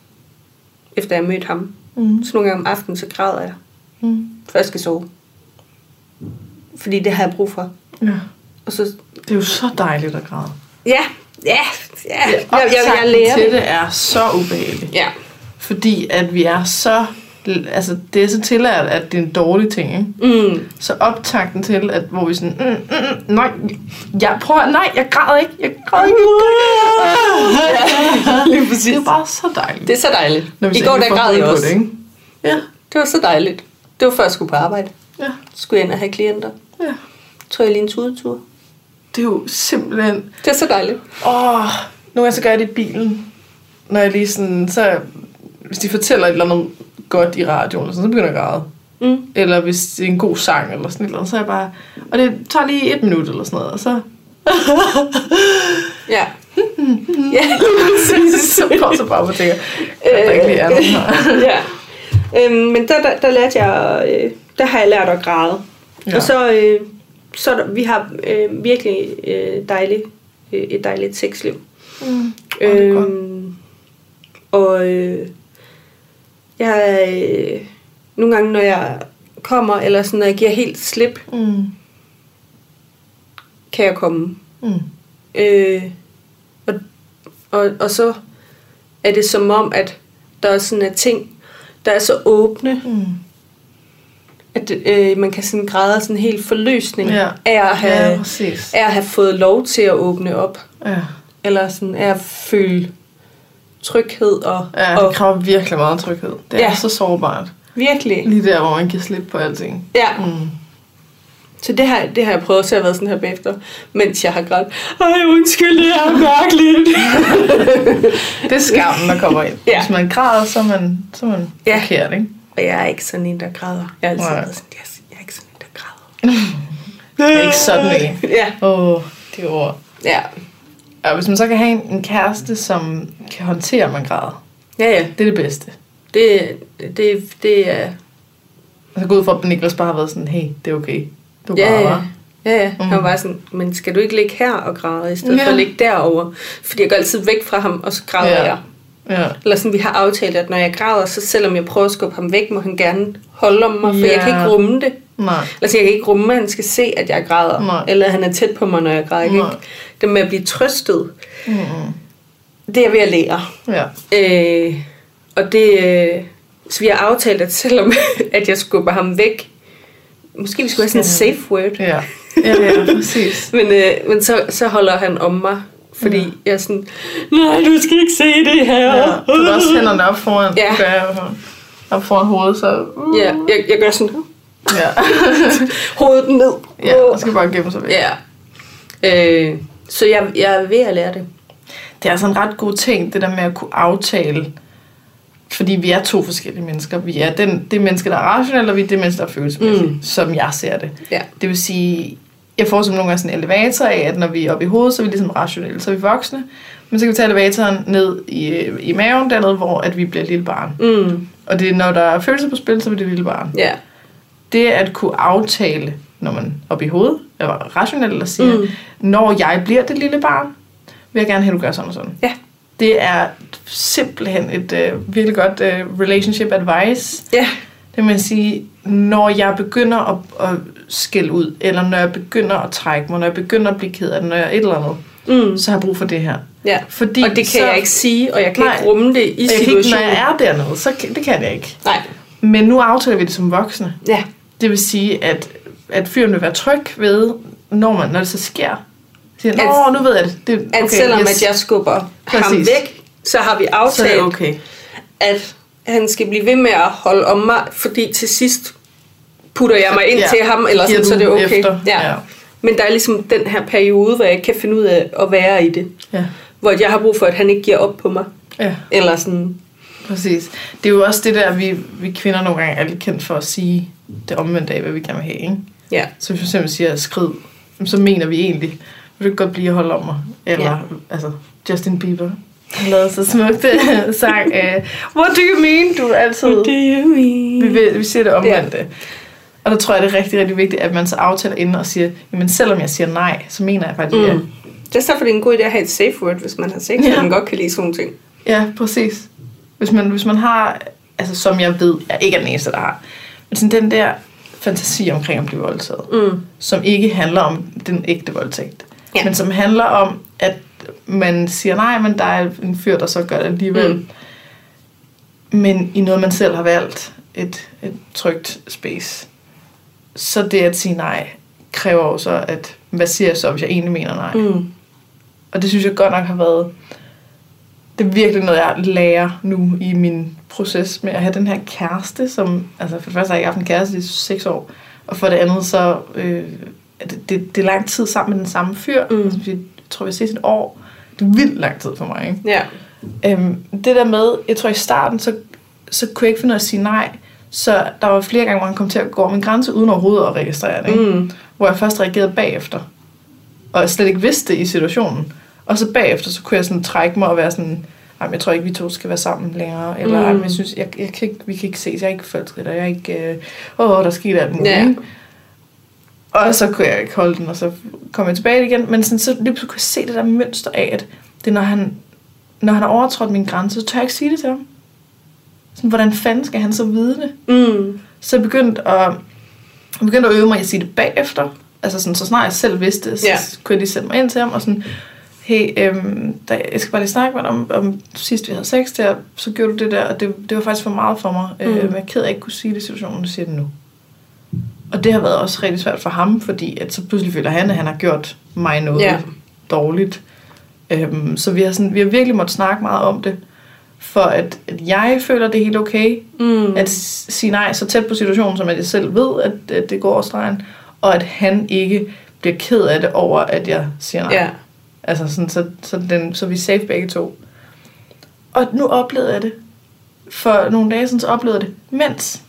S2: efter jeg mødte ham.
S1: Mm.
S2: Så nogle gange om aftenen, så græder jeg.
S1: Mm.
S2: først skal sove. Fordi det har jeg brug for.
S1: Ja.
S2: Og så,
S1: Det er jo så dejligt at græde.
S2: ja, ja, ja, jeg, jeg, jeg, jeg
S1: Optakten
S2: lærer
S1: til
S2: det.
S1: det er så ubehageligt.
S2: Ja,
S1: Fordi at vi er så... Altså, det er så tilladt, at det er en dårlig ting, ikke?
S2: (laughs) mm,
S1: Så optakten til, at hvor vi sådan... Mm, mm, mm, nej, jeg prøver... Nej, jeg græder ikke. Jeg græder ikke.
S2: lige
S1: Det
S2: præcis.
S1: er bare så dejligt.
S2: Det er så dejligt.
S1: Når vi
S2: I
S1: så
S2: går
S1: endelig
S2: der
S1: får
S2: græd
S1: hul
S2: jeg
S1: på
S2: også.
S1: Det,
S2: Det,
S1: ikke? Ja,
S2: det var så dejligt. Det var før jeg skulle på arbejde.
S1: ja,
S2: Så skulle jeg ind og have klienter.
S1: ja.
S2: Så tog jeg lige en tudetur.
S1: Det er jo simpelthen...
S2: Det er så dejligt.
S1: Åh, nogle gange så gør jeg det i bilen. Når jeg lige sådan... Så, hvis de fortæller et eller andet godt i radioen, eller sådan, så begynder jeg at græde.
S2: Mm.
S1: Eller hvis det er en god sang, eller sådan et eller andet, så er jeg bare... Og det tager lige et minut, eller sådan noget, og
S2: (laughs)
S1: så...
S2: Ja. ja, præcis.
S1: så går så bare på tænker, at der ikke
S2: Øh.
S1: lige er nogen her.
S2: (laughs) ja. Øhm, men der, der, der lærte jeg, øh, der har jeg lært at græde.
S1: Ja.
S2: Ja. Og så, øh, så er der- vi har øh, virkelig øh, dejlig, øh, et dejligt sexliv.
S1: Mm. Åh, det er godt.
S2: Øhm, og øh, jeg øh, nogle gange, når jeg kommer, eller sådan, når jeg giver helt slip,
S1: Mm.
S2: kan jeg komme.
S1: Mm.
S2: Øh, og, og, og så er det som om, at der er sådan er ting, der er så åbne,
S1: Mm.
S2: at øh, man kan sådan græde af sådan en helt forløsning
S1: Ja.
S2: af, at have,
S1: Ja, præcis.
S2: af at have fået lov til at åbne op.
S1: Ja,
S2: Eller sådan af at føle tryghed og,
S1: ja
S2: og
S1: det kræver virkelig meget tryghed. Det er
S2: Ja.
S1: så sårbart.
S2: virkelig.
S1: Lige der, hvor man kan slippe på alting.
S2: Ja,
S1: Mm.
S2: så det har, det har jeg prøvet, så jeg har været sådan her bagefter, mens jeg har grædt. Ej, undskyld, det er
S1: (laughs)
S2: mærkeligt.
S1: Det er skammen, der kommer ind.
S2: (laughs) Ja.
S1: Hvis man græder, så er man, så er man
S2: Ja.
S1: forkert, ikke?
S2: og jeg er ikke sådan en, der græder. Jeg har altid
S1: Nej.
S2: været sådan, yes, jeg er ikke sådan en, der græder.
S1: Jeg er ikke sådan en.
S2: Ja,
S1: Åh, oh, det ord.
S2: ja,
S1: Og hvis man så kan have en, en kæreste, som kan håndtere, at man græder,
S2: ja, ja.
S1: det er det bedste.
S2: Det, det, det er...
S1: Altså gå ud fra, at Niklas bare har været sådan, hey, det er okay. Du
S2: Ja,
S1: græder,
S2: ja.
S1: hva'?
S2: Ja, ja. Han var
S1: Mm.
S2: bare sådan, men skal du ikke ligge her og græde, i stedet
S1: Ja.
S2: ja. for at ligge derovre? Fordi jeg går altid væk fra ham, og så græder
S1: Ja.
S2: ja. jeg.
S1: ja.
S2: Eller sådan, vi har aftalt, at når jeg græder, så selvom jeg prøver at skubbe ham væk, må han gerne holde om mig, for
S1: Ja.
S2: jeg kan ikke rumme det.
S1: Nej.
S2: Eller sådan, jeg kan ikke rumme, at han skal se, at jeg græder.
S1: Nej.
S2: Eller at han er tæt på mig, når jeg græder. Jeg kan
S1: Nej.
S2: Ikke? Det med at blive trøstet,
S1: Mm-mm.
S2: det er jeg ved at lære.
S1: Ja.
S2: Øh, og det... Øh, så vi har aftalt, at selvom (laughs) at jeg skubber ham væk, måske vi skulle have sådan en safe word.
S1: Ja. Ja, ja, præcis.
S2: Men, øh, men så, så holder han om mig, fordi ja. jeg er sådan, nej, du skal ikke se det her.
S1: Ja. Du har også hænderne op foran,
S2: Ja.
S1: det gør jeg i hvert fald. op foran hovedet, så... Uh.
S2: ja jeg, jeg gør sådan,
S1: Ja.
S2: hovedet ned.
S1: ja, og skal bare gemme sig væk.
S2: ja. Øh, så jeg, jeg er ved at lære det.
S1: Det er altså en ret god ting, det der med at kunne aftale. Fordi vi er to forskellige mennesker. Vi er den, det menneske, der er rationelt, og vi er det menneske, der er følelsesmæssigt, mm. som jeg ser det.
S2: Ja.
S1: Det vil sige, jeg får som nogle gange sådan en elevator af, at når vi er oppe i hovedet, så er vi ligesom rationelle, så er vi voksne. Men så kan vi tage elevatoren ned i, øh, i maven, dernede, hvor at vi bliver et lille barn.
S2: Mm,
S1: Og det er, når der er følelser på spil, så er vi det lille barn.
S2: ja.
S1: Det at kunne aftale, når man op i hovedet, eller rationelt, og siger, mm. når jeg bliver det lille barn, vil jeg gerne have, at du gør sådan og sådan.
S2: Ja.
S1: Det er simpelthen et øh, virkelig godt øh, relationship advice.
S2: Ja.
S1: Det vil sige, når jeg begynder at, at skælde ud, eller når jeg begynder at trække mig, når jeg begynder at blive ked af det, når jeg et eller andet,
S2: Mm.
S1: så har jeg brug for det her.
S2: ja.
S1: Fordi
S2: og det kan
S1: så,
S2: jeg ikke sige, og jeg kan
S1: Nej.
S2: ikke rumme det i
S1: jeg kan ikke, når
S2: situationen.
S1: jeg er dernede, så kan, det kan jeg ikke.
S2: Nej.
S1: Men nu aftaler vi det som voksne.
S2: Ja.
S1: Det vil sige, at, at fyren vil være tryg ved, når, man, når det så sker. Siger,
S2: At-
S1: Nå, nu ved jeg det. det
S2: At okay, selvom yes. at jeg skubber Præcis. ham
S1: Præcis.
S2: væk, så har vi aftalt,
S1: så er det okay.
S2: at han skal blive ved med at holde om mig, fordi til sidst putter jeg mig ind
S1: Ja.
S2: ja. til ham, eller
S1: Giver
S2: sådan, så
S1: du
S2: det er okay.
S1: efter.
S2: Ja.
S1: Ja.
S2: Ja. Men der er ligesom den her periode, hvor jeg ikke kan finde ud af at være i det.
S1: Ja,
S2: Hvor jeg har brug for, at han ikke giver op på mig.
S1: ja.
S2: Eller sådan,
S1: Præcis. Det er jo også det der, vi, vi kvinder nogle gange er lidt kendt for at sige det omvendte af, hvad vi gerne vil have. Ikke?
S2: ja.
S1: Så hvis vi simpelthen siger, skrid, så mener vi egentlig, vil du godt blive at holde om mig? Eller,
S2: Ja.
S1: ja. altså, Justin Bieber. Han lavede så smukt øh, sang. Øh, What do you mean? Du er altid...
S2: you mean?
S1: Vi, vil- vi siger det omvendte. Og der tror jeg, det er rigtig, rigtig vigtigt, at man så aftaler inden og siger, jamen selvom jeg siger nej, så mener jeg faktisk ja.
S2: Mm. Det er så, det er en god idé at have et safe word, hvis man har sex,
S1: Ja.
S2: ja. man godt kan lide sådan nogle ting.
S1: Ja, præcis. Hvis man, hvis man har, altså som jeg ved, jeg ikke er den eneste, der har, men sådan den der fantasi omkring at blive voldtaget,
S2: Mm.
S1: som ikke handler om den ægte voldtægt,
S2: Ja.
S1: ja. men som handler om, at man siger nej, men der er en fyr, der så gør det alligevel.
S2: Mm.
S1: Mm. Men i noget, man selv har valgt, et, et trygt space. Så det at sige nej, kræver jo så, at hvad siger jeg så, hvis jeg egentlig mener nej?
S2: Mm.
S1: Og det synes jeg godt nok har været... Det er virkelig noget, jeg lærer nu i min proces med at have den her kæreste, som... Altså for det første har jeg ikke haft en kæreste i seks år, og for det andet så... Øh, er det, det, det er lang tid sammen med den samme fyr.
S2: Mm.
S1: Mm. Altså, vi- jeg tror, vi ses et år. Det er vildt lang tid for mig, ikke?
S2: Ja.
S1: Øhm, det der med, jeg tror i starten, så, så kunne jeg ikke finde ud af at sige nej. Så der var flere gange, hvor han kom til at gå over min grænse, uden overhovedet at registrere det. Ikke?
S2: Mm.
S1: hvor jeg først reagerede bagefter. Og jeg slet ikke vidste det i situationen. Og så bagefter, så kunne jeg sådan trække mig og være sådan, "Ej, men jeg tror ikke, vi to skal være sammen længere. Eller, "Ej, men jeg synes, jeg, jeg kan ikke, vi kan ikke ses, jeg er ikke forelsket, og jeg er ikke, øh, åh, der skete alt muligt.
S2: Ja.
S1: Ja. Og så kunne jeg ikke holde den, og så kom jeg tilbage igen. Men sådan, så lige pludselig kunne jeg se det der mønster af, at det er, når han, når han har overtrådt min grænse, så tør jeg ikke sige det til ham. Sådan, hvordan fanden skal han så vide det?
S2: Mm.
S1: Så jeg begyndte at, jeg begyndte at øve mig i at sige det bagefter. Altså sådan, så snart jeg selv vidste det, så
S2: Ja.
S1: ja. kunne jeg lige sætte mig ind til ham og sådan, hey, øhm, der, jeg skal bare lige snakke med dig om, om sidst vi havde sex der, så gjorde du det der, og det, det var faktisk for meget for mig. Mm. Øh, men jeg er ked af, at jeg ikke kunne sige det i situationen, du siger det nu. Og det har været også rigtig svært for ham, fordi at så pludselig føler han, at han har gjort mig noget
S2: Ja.
S1: ja. dårligt. Øhm, så vi har, sådan, vi har virkelig måttet snakke meget om det, for at, at jeg føler, det er helt okay,
S2: Mm.
S1: at s- sige nej så tæt på situationen, som at jeg selv ved, at, at det går over stregen, og at han ikke bliver ked af det over, at jeg siger nej.
S2: Ja.
S1: Altså sådan, så, så, den, så vi er safe begge to. Og nu oplevede jeg det. For nogle dage siden, så oplevede jeg det, mens.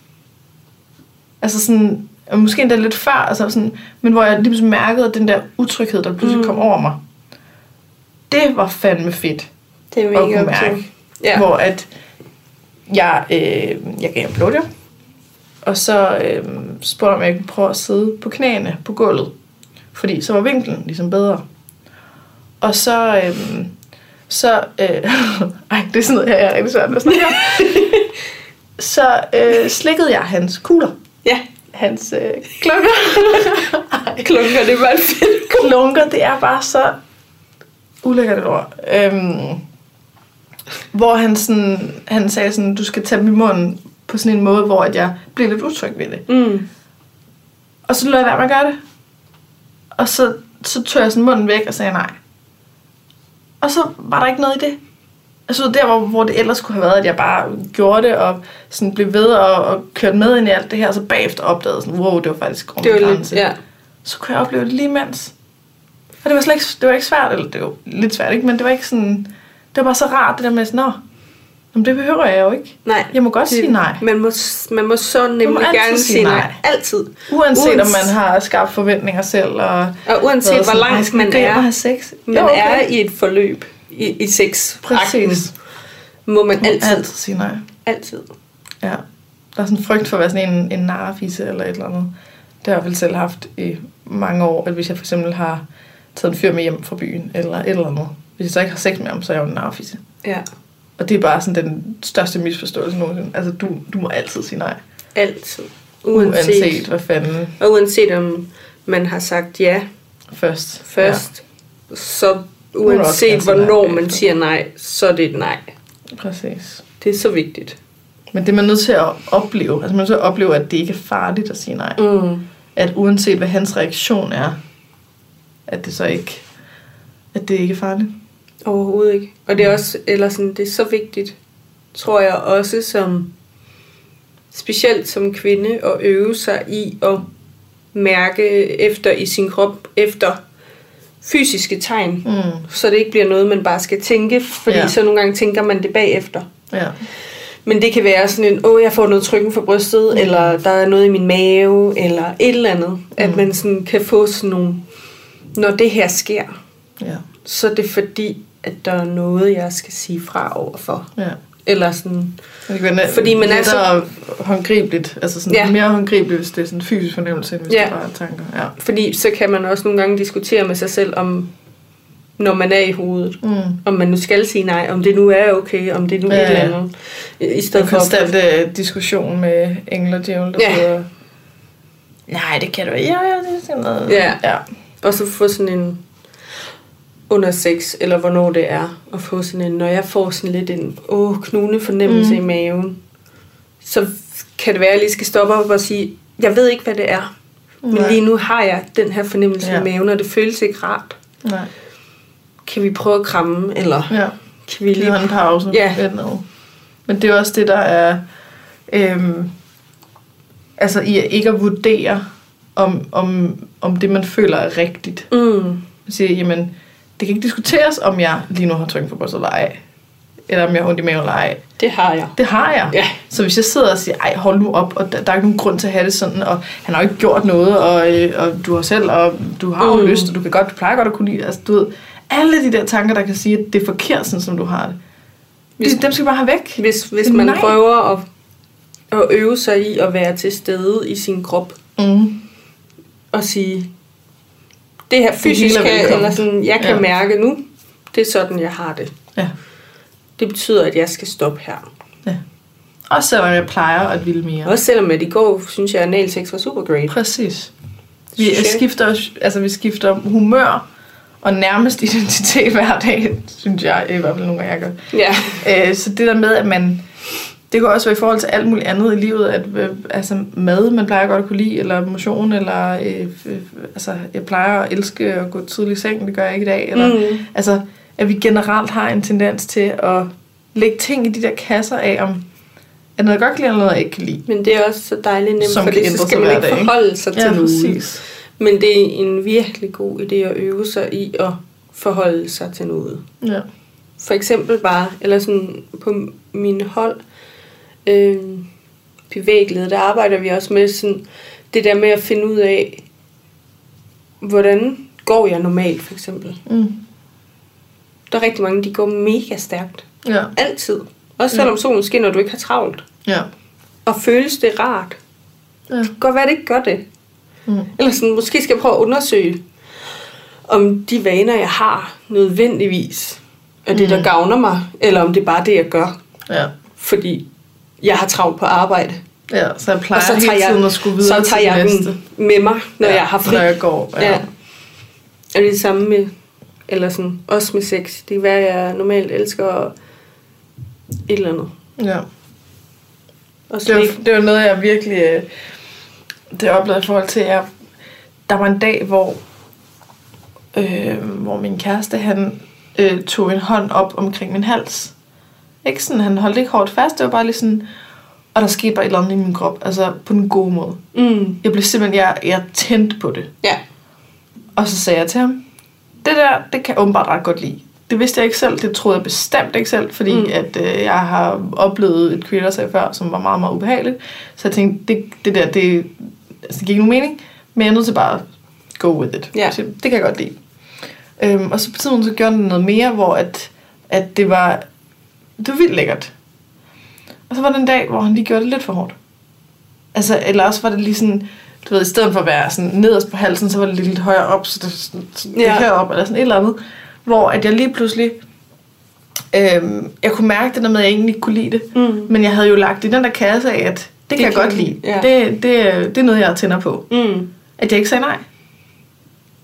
S1: Altså sådan, og måske endda lidt før, altså sådan, men hvor jeg lige pludselig mærkede den der utryghed, der pludselig
S2: Mm.
S1: mm. kom over mig. Det var fandme fedt
S2: Det er
S1: at kunne
S2: mega
S1: mærke.
S2: okay. Ja.
S1: Hvor at jeg, øh, jeg gav ham blowjob, og så øh, spurgte han, om jeg kunne prøve at sidde på knæene på gulvet. Fordi så var vinklen ligesom bedre. Og så... Øh, så... Øh, (laughs) ej, det er sådan noget, jeg er rigtig svært ved at snakke om. så øh, slikkede jeg hans kugler.
S2: Ja.
S1: Hans øh, (laughs) klunker.
S2: Klunker, det var en fedt.
S1: klunker, det er bare så ulækkert et ord. Øhm, hvor han, sådan, han sagde sådan, du skal tage dem i munden på sådan en måde, hvor at jeg blev lidt utryg ved det.
S2: Mm.
S1: Og så lod jeg være med at gøre det. Og så, så tog jeg sådan munden væk og sagde nej. Og så var der ikke noget i det. Altså der, hvor, hvor det ellers kunne have været, at jeg bare gjorde det og sådan blev ved og, og kørte med ind i alt det her, og så bagefter opdagede sådan, wow, det var faktisk over
S2: Det
S1: min
S2: var lidt,
S1: grænse
S2: ja.
S1: så kunne jeg opleve det lige mens. Og det var slet ikke, det var ikke svært, eller det var lidt svært, ikke? men det var ikke sådan, det var bare så rart, det der med sådan, nå, jamen det behøver jeg jo ikke.
S2: Nej.
S1: Jeg må godt
S2: Det-
S1: sige nej.
S2: Man må, s- man må så nemlig
S1: Man må altid
S2: gerne
S1: sige
S2: sige nej.
S1: nej.
S2: Altid.
S1: Uanset
S2: Uans-
S1: om man har skabt forventninger selv, og,
S2: Og uanset
S1: været
S2: hvor
S1: sådan,
S2: langt
S1: "Ej, skal
S2: man
S1: vi gå hjem
S2: er,
S1: og have sex?
S2: Man
S1: Jo,
S2: okay. er i et forløb i, i sex
S1: Præcis.
S2: Må man altid.
S1: altid sige nej.
S2: Altid.
S1: Ja. Der er sådan en frygt for at være sådan en, en narrafisse eller et eller andet. Det har jeg i hvert fald selv haft i mange år, at hvis jeg for eksempel har taget en fyr med hjem fra byen, eller et eller andet. Hvis jeg så ikke har sex med ham, så er jeg jo en narfisse.
S2: Ja.
S1: Og det er bare sådan den største misforståelse nogensinde. Altså, du, du må altid sige nej.
S2: Altid.
S1: Uanset,
S2: Uanset. uanset.
S1: hvad fanden
S2: Og uanset om man har sagt ja
S1: først.
S2: først, ja. så
S1: vil også
S2: uanset
S1: gerne sige nej
S2: hvornår man
S1: bagefter.
S2: siger nej, så er det et nej.
S1: Ja, præcis.
S2: Det er så vigtigt.
S1: Men det er man nødt til at opleve. Altså, man er nødt til at opleve, at det ikke er farligt at sige nej.
S2: Mm.
S1: At uanset hvad hans reaktion er, at det så ikke at det ikke er farligt.
S2: Overhovedet ikke. Og det er også, eller sådan, det er så vigtigt, tror jeg også som, specielt som kvinde, at øve sig i at mærke efter i sin krop, efter fysiske tegn.
S1: Mm.
S2: Så det ikke bliver noget, man bare skal tænke, fordi
S1: Ja.
S2: ja. så nogle gange tænker man det bagefter.
S1: Ja.
S2: Men det kan være sådan en, åh, jeg får noget trykken for brystet, mm. eller der er noget i min mave, eller et eller andet. Mm. At man sådan kan få sådan nogle, når det her sker,
S1: Ja.
S2: så er det fordi, at der er noget, jeg skal sige fra overfor.
S1: Ja.
S2: Eller sådan,
S1: Det kan være
S2: Fordi man er
S1: lettere håndgribeligt, altså sådan ja.
S2: Ja.
S1: mere håndgribeligt, hvis det er sådan en fysisk fornemmelse, end hvis ja.
S2: Ja.
S1: det bare er tanker. Ja.
S2: fordi så kan man også nogle gange diskutere med sig selv om, når man er i hovedet,
S1: Mm.
S2: om man nu skal sige nej, om det nu er okay, om det nu er
S1: Ja,
S2: ja, et
S1: ja.
S2: eller andet. I stedet
S1: Den
S2: for...
S1: konstante øh, diskussion med engel og djævel, der
S2: Ja.
S1: sidder, nej, det kan du ikke, ja, ja, det er sådan noget.
S2: Ja.
S1: ja.
S2: Og så få sådan en under sex, eller hvornår det er, og få sådan en, når jeg får sådan lidt en åh, knugende fornemmelse
S1: Mm.
S2: mm. i maven, så kan det være, at jeg lige skal stoppe op og sige, jeg ved ikke, hvad det er, men
S1: Nej.
S2: lige nu har jeg den her fornemmelse
S1: Ja.
S2: i maven, og det føles ikke rart.
S1: Nej.
S2: Kan vi prøve at kramme, eller
S1: Ja.
S2: kan vi
S1: lige
S2: lige...
S1: har en pause.
S2: Ja.
S1: et eller andet. Men det er jo også det, der er... Øhm, altså i at ikke at vurdere, om, om, om det, man føler er rigtigt.
S2: Mm.
S1: Man siger, jamen, det kan ikke diskuteres, om jeg lige nu har tryk på brystet eller ej. Eller om jeg har ondt i maven eller ej.
S2: Det har jeg.
S1: Det har jeg.
S2: Ja.
S1: Så hvis jeg sidder og siger, ej, hold nu op, og der, der er ikke nogen grund til at have det sådan, og han har jo ikke gjort noget, og, øh, og du har selv, og du har jo
S2: Mm.
S1: lyst, og du, kan godt, du plejer godt at kunne lide det. Altså, du ved, alle de der tanker, der kan sige, at det er forkert, sådan som du har det.
S2: Hvis-
S1: De, dem skal vi bare have væk.
S2: Hvis, hvis man
S1: Nej.
S2: Nej. prøver at, at øve sig i at være til stede i sin krop,
S1: Mm.
S2: og sige, det her
S1: hele er
S2: fysisk, kan,
S1: velkomment.
S2: eller sådan, jeg kan
S1: Ja.
S2: ja. mærke nu, det er sådan, jeg har det.
S1: Ja.
S2: Det betyder, at jeg skal stoppe her.
S1: Også selvom jeg plejer at ville mere.
S2: Ja. Også selvom at i går, synes jeg, at analsex var super great.
S1: Præcis. Vi
S2: Synes jeg.
S1: skifter, altså, vi skifter humør og nærmest (laughs) identitet hver dag, synes jeg, i hvert fald nogle gange, jeg gør.
S2: Ja.
S1: Øh, så det der med, at man... Det kan også være i forhold til alt muligt andet i livet, at øh, altså, mad, man plejer godt at kunne lide, eller motion, eller øh, øh, altså, jeg plejer at elske at gå tidligt i seng, det gør jeg ikke i dag. Eller,
S2: Mm.
S1: Altså, at vi generelt har en tendens til at lægge ting i de der kasser af, om at noget jeg godt kan lide, og noget jeg ikke kan lide.
S2: Men det er også så dejligt nemt,
S1: Som
S2: for
S1: kan
S2: det,
S1: ændre
S2: så skal
S1: sig
S2: man
S1: hver
S2: ikke
S1: dag, ikke?
S2: forholde sig til noget.
S1: præcis.
S2: Men det er en virkelig god idé at øve sig i at forholde sig til noget.
S1: Ja.
S2: For eksempel bare, eller sådan på min hold, øh, bevægelighed, der arbejder vi også med sådan, det der med at finde ud af, hvordan går jeg normalt, for eksempel.
S1: Mm.
S2: Der er rigtig mange, de går mega stærkt.
S1: Ja.
S2: Altid. Også selvom solen skinner, og du ikke har travlt.
S1: Ja.
S2: Og føles det rart.
S1: Ja.
S2: Det kan godt være, det ikke gør det.
S1: Mm.
S2: Eller sådan, måske skal jeg prøve at undersøge, om de vaner, jeg har, nødvendigvis er det, der gavner mig, eller om det er bare det, jeg gør,
S1: Ja.
S2: fordi jeg har travlt på arbejde.
S1: Ja, så jeg plejer
S2: og så tager
S1: hele tiden
S2: jeg,
S1: at skulle videre
S2: så tager
S1: til det
S2: jeg
S1: næste.
S2: den med mig, når
S1: Ja,
S2: ja, jeg har fri.
S1: Når jeg går.
S2: ja. ja. Og det er det samme med, eller sådan, også med sex. Det er, hvad jeg normalt elsker, og et eller andet.
S1: ja.
S2: Og så
S1: Det var,
S2: ikke,
S1: det var noget, jeg virkelig øh, det oplevede i forhold til, at jeg, der var en dag, hvor, øh, hvor min kæreste, han øh, tog en hånd op omkring min hals. Ikke sådan, han holdt ikke hårdt fast, det var bare lige sådan, og der skete bare et eller andet i min krop, altså på den gode måde.
S2: mm,
S1: Jeg blev simpelthen, jeg, jeg tændte på det.
S2: ja,
S1: Og så sagde jeg til ham, det der, det kan jeg åbenbart ret godt lide. Det vidste jeg ikke selv, det troede jeg bestemt ikke selv, fordi mm.
S2: Mm.
S1: at øh, jeg har oplevet et kvindersag før, som var meget, meget ubehageligt. Så jeg tænkte, det, det der, det, altså, det giver ikke nogen mening, men jeg er nødt til bare at go with it.
S2: Ja.
S1: Så det kan jeg godt lide. Øhm, og så på tiden, så gjorde den noget mere, hvor at, at det var, det var vildt lækkert. Og så var der en dag, hvor han lige gjorde det lidt for hårdt. Altså, eller også var det lige sådan, du ved, i stedet for at være sådan nederst på halsen, så var det lidt, lidt højere op, så det, sådan, sådan,
S2: Ja.
S1: ja. herop, eller sådan et eller andet. Hvor at jeg lige pludselig, øhm, jeg kunne mærke det der med, at jeg egentlig ikke kunne lide det.
S2: Mm.
S1: Men jeg havde jo lagt i den der kasse af, at det, det kan jeg
S2: kan
S1: godt
S2: du
S1: lide.
S2: lide, ja.
S1: Det, det, er- det er noget, jeg tænder på.
S2: Mm.
S1: At jeg ikke sagde nej.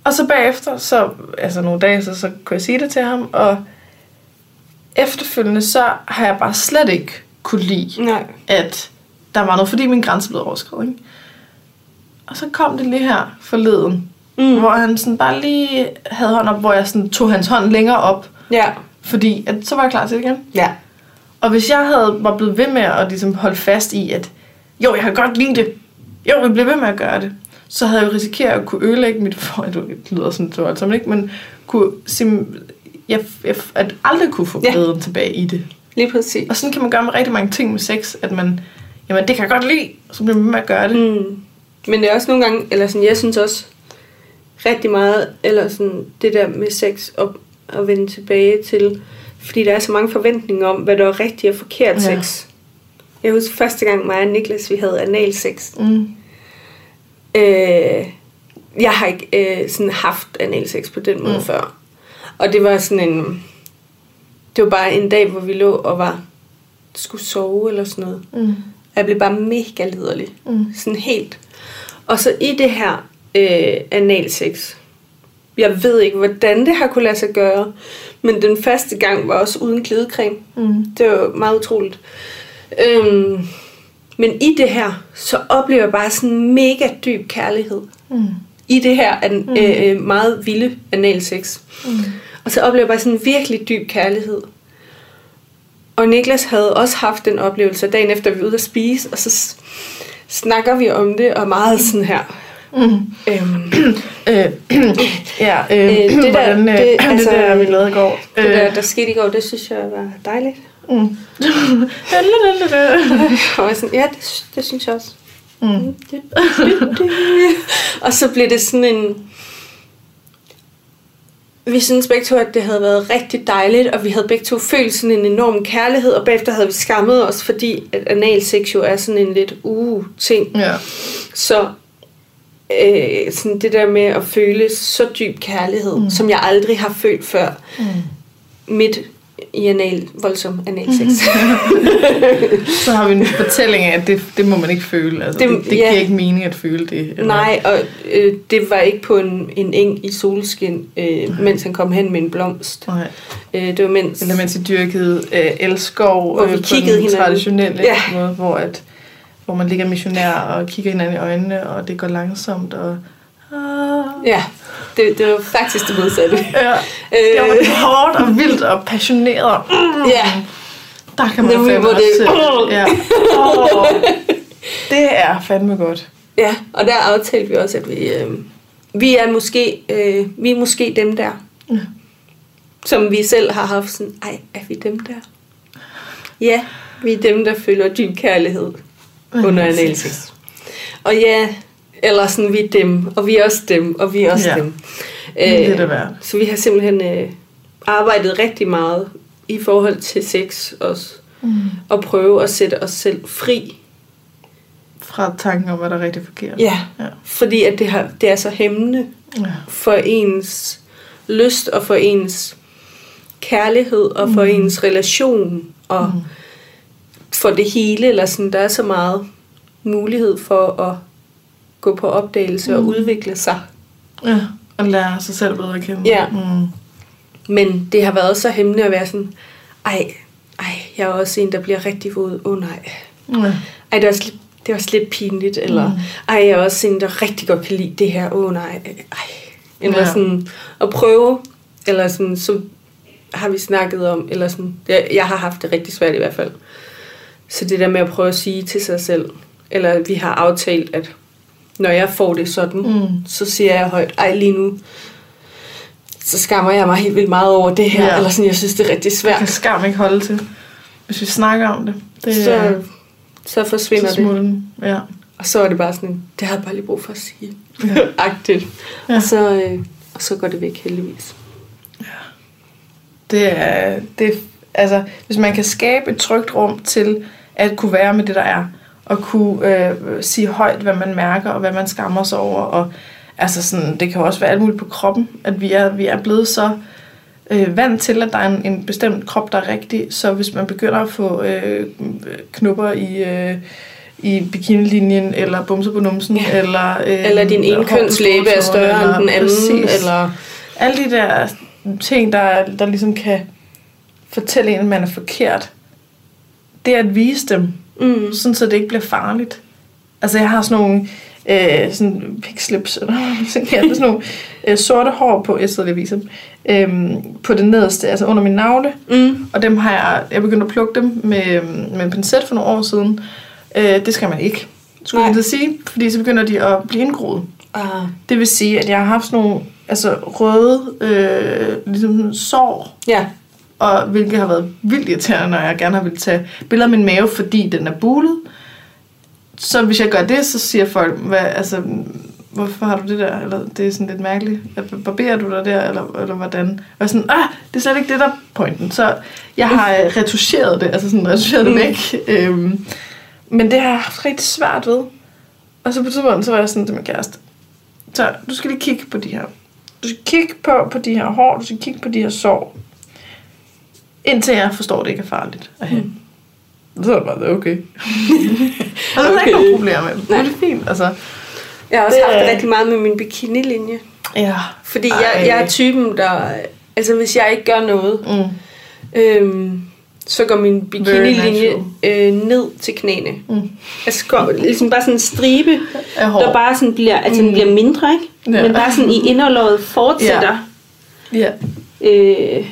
S1: Og så bagefter, så, altså nogle dage, så, så kunne jeg sige det til ham, og efterfølgende, så har jeg bare slet ikke kunne lide
S2: Nej.
S1: at der var noget, fordi min grænse blev overskrevet. Ikke? Og så kom det lige her forleden, mm. hvor han sådan bare lige havde hånd op, hvor jeg sådan tog hans hånd længere op,
S2: Ja.
S1: fordi at, så var jeg klar til det igen.
S2: Ja.
S1: Og hvis jeg havde var blevet ved med at ligesom holde fast i, at jo, jeg kan godt lide det, jo, jeg bliver ved med at gøre det, så havde jeg jo risikeret at kunne ødelægge mit (laughs) forhold. Det lyder sådan så voldsomt, ikke? Men kunne sim- jeg, jeg, at aldrig kunne få
S2: Ja.
S1: glæden tilbage i det.
S2: Lige præcis.
S1: Og sådan kan man gøre med rigtig mange ting med sex, at man, jamen det kan jeg godt lide, så bliver man ved med at gøre det. Mm.
S2: Mm. Men det er også nogle gange, eller sådan, jeg synes også rigtig meget, eller sådan det der med sex op at vende tilbage til, fordi der er så mange forventninger om, hvad der er rigtig og forkert
S1: Ja.
S2: sex. Jeg husker første gang mig og Niklas, vi havde analsex.
S1: Mm.
S2: Øh, jeg har ikke øh, sådan haft analsex på den måde mm. før. Og det var sådan en... Det var bare en dag, hvor vi lå og var skulle sove eller sådan noget.
S1: Mm.
S2: Og Jeg blev bare mega liderlig.
S1: Mm.
S2: Sådan helt. Og så i det her øh, analsex, jeg ved ikke, hvordan det har kunne lade sig gøre, men den første gang var også uden glidecreme.
S1: Mm.
S2: Det var meget utroligt. Øhm, men i det her, så oplever jeg bare sådan en mega dyb kærlighed.
S1: Mm.
S2: I det her an, mm. øh, øh, meget vilde analsex. Mm. Og så oplever jeg bare sådan en virkelig dyb kærlighed. Og Niklas havde også haft den oplevelse, og dagen efter vi var ude at spise, og så s- snakker vi om det, og meget sådan her.
S1: Mm.
S2: Øhm,
S1: Øh, (clears throat) ja, øh, (clears throat)
S2: Øh, det der-
S1: det hvordan, øh,
S2: det-
S1: (clears throat) det,
S2: altså,
S1: altså, det der, vi lavede i går.
S2: det
S1: Øh, (laughs)
S2: der, der skete i går, det synes jeg var dejligt. (laughs)
S1: mm. Lalalala.
S2: Og jeg var sådan, ja, det, sy- det synes jeg også.
S1: Mm.
S2: (laughs) og så blev det sådan en... Vi syntes begge to, at det havde været rigtig dejligt, og vi havde begge to følt sådan en enorm kærlighed, og bagefter havde vi skammet os, fordi at analsex jo er sådan en lidt uh-ting.
S1: ja.
S2: Så øh, sådan det der med at føle så dyb kærlighed, mm. som jeg aldrig har følt før, mm. midt i anal, voldsom analsex.
S1: Så har vi en fortælling af, at det, det må man ikke føle. Altså,
S2: Det-
S1: det, det, det
S2: ja.
S1: giver ikke mening at føle det. Eller?
S2: (laughs) Nej, og øh, det var ikke på en, en eng i solskin, øh, mens han kom hen med en blomst.
S1: Nej.
S2: Øh, det var mens...
S1: Eller mens I dyrkede øh, elskov
S2: Hvor vi
S1: øh, på
S2: kiggede
S1: den
S2: hinanden.
S1: traditionelle
S2: Ja.
S1: måde, hvor, at, hvor man ligger missionær og kigger hinanden i øjnene, og det går langsomt. Og, ah.
S2: Ja, det, det var faktisk det modsatte.
S1: ja. (laughs) Det var
S2: Øh,
S1: hårdt og vildt og passioneret. og, Mm,
S2: (laughs) ja,
S1: der kan man
S2: Nemlig,
S1: fandme
S2: hvor
S1: også
S2: det-
S1: selv.
S2: (laughs)
S1: Ja. Åh, det er fandme godt.
S2: ja, og der aftalte vi også, at vi, øh, vi, er, måske, øh, vi er måske dem der.
S1: Ja.
S2: Som vi selv har haft sådan, ej, er vi dem der? Ja, vi er dem, der føler dyb kærlighed under analsex. Og ja, eller sådan, vi er dem, og vi er også dem, og vi er også ja.
S1: Ja.
S2: dem. Øh,
S1: Det er det værd.
S2: Så vi har simpelthen øh, arbejdet rigtig meget i forhold til sex også.
S1: Mm.
S2: Og prøve at sætte os selv fri.
S1: Fra tanken om, hvad der er rigtig forkert. Ja.
S2: Fordi at det, har, det er så hæmmende
S1: ja.
S2: for ens lyst og for ens kærlighed og for mm. ens relation og mm. for det hele. Eller sådan, der er så meget mulighed for at gå på opdagelse mm. og udvikle sig.
S1: ja. Og lære sig selv bedre at kende.
S2: Ja.
S1: Mm.
S2: Men det har været så hæmmende at være sådan, ej, ej, jeg er også en, der bliver rigtig våd. Åh oh, nej.
S1: ja.
S2: Ej, det er også, lidt- det er også lidt pinligt. Eller, mm. ej, jeg er også en, der rigtig godt kan lide det her. Åh oh, nej. Ej. Eller ja.
S1: Ja.
S2: sådan, at prøve. Eller sådan, så har vi snakket om, eller sådan, jeg, jeg har haft det rigtig svært i hvert fald. Så det der med at prøve at sige til sig selv, eller vi har aftalt, at når jeg får det sådan, mm.
S1: Mm.
S2: så siger jeg højt, ej lige nu, så skammer jeg mig helt vildt meget over det her, ja.
S1: Ja.
S2: eller sådan, jeg synes, det er rigtig
S1: Jeg kan
S2: svært.
S1: skam ikke holde til. Hvis vi snakker om det, det
S2: Så, så forsvinder
S1: så
S2: det.
S1: smulden. Ja.
S2: Og så er det bare sådan, det har jeg bare lige brug for at sige. Ja.
S1: Ja.
S2: (laughs) Agtigt. Ja.
S1: Ja.
S2: Og, så, øh, og så går det væk heldigvis.
S1: Det er, det, altså, hvis man kan skabe et trygt rum til at kunne være med det, der er, at kunne øh, sige højt, hvad man mærker, og hvad man skammer sig over. Og altså sådan, det kan jo også være alt muligt på kroppen, at vi er, vi er blevet så øh, vant til, at der er en, en bestemt krop, der er rigtig. Så hvis man begynder at få øh, knupper i... Øh, i bikinilinjen, eller bumser på numsen, ja. eller... Øh,
S2: Eller din ene kønslæbe er større end den anden,
S1: Præcis.
S2: eller...
S1: Alle de der ting, der, der ligesom kan fortælle en, at man er forkert, det er at vise dem,
S2: Mm.
S1: sådan så det ikke bliver farligt. Altså jeg har sådan nogle øh, sådan pig slips, eller sådan, ja, det er sådan
S2: (laughs)
S1: nogle øh, sorte hår på, jeg sidder lige og viser dem, øhm, på det nederste, altså under min navle,
S2: Mm.
S1: og dem har jeg, jeg begyndte at plukke dem med, med en pincet for nogle år siden. Øh, det skal man ikke, skulle
S2: Nej.
S1: jeg til at sige, fordi så begynder de at blive indgroet.
S2: Ah.
S1: Det vil sige, at jeg har haft sådan nogle altså, røde øh, ligesom sår,
S2: Ja.
S1: og hvilket har været vildt irriterende, når jeg gerne har ville tage billeder af min mave, fordi den er bulet. Så hvis jeg gør det, så siger folk, hvad, altså, hvorfor har du det der? Eller det er sådan lidt mærkeligt. At- Barberer du dig der, eller, eller hvordan? Og sådan, ah, det er slet ikke det, der er pointen. Så jeg har øh, retuscheret det, altså sådan retuscheret det
S2: Mm.
S1: væk. Øhm, men det har jeg haft rigtig svært ved. Og så på et tidspunkt, så var jeg sådan til min kæreste, så du skal lige kigge på de her. Du skal kigge på, på de her hår, du skal kigge på de her sår. Indtil jeg forstår, at det ikke er farligt at have. Mm. Så er det bare, okay. (laughs) og så er der
S2: Okay.
S1: ikke nogen problemer med det. Nu er
S2: Nej.
S1: det fint, altså.
S2: Jeg har også
S1: Det
S2: haft
S1: er-
S2: rigtig meget med min bikinilinje.
S1: Ja.
S2: Fordi jeg,
S1: Ej.
S2: jeg er typen, der... Altså, hvis jeg ikke gør noget,
S1: Mm.
S2: øhm, så går min bikinilinje
S1: natural.
S2: øh, ned til knæene.
S1: Mm.
S2: Altså, går, ligesom bare sådan en stribe,
S1: Af hår. Mm.
S2: der bare sådan bliver, altså, den bliver mindre, ikke?
S1: Ja.
S2: Men bare sådan i inderlåret fortsætter.
S1: Ja.
S2: Øh,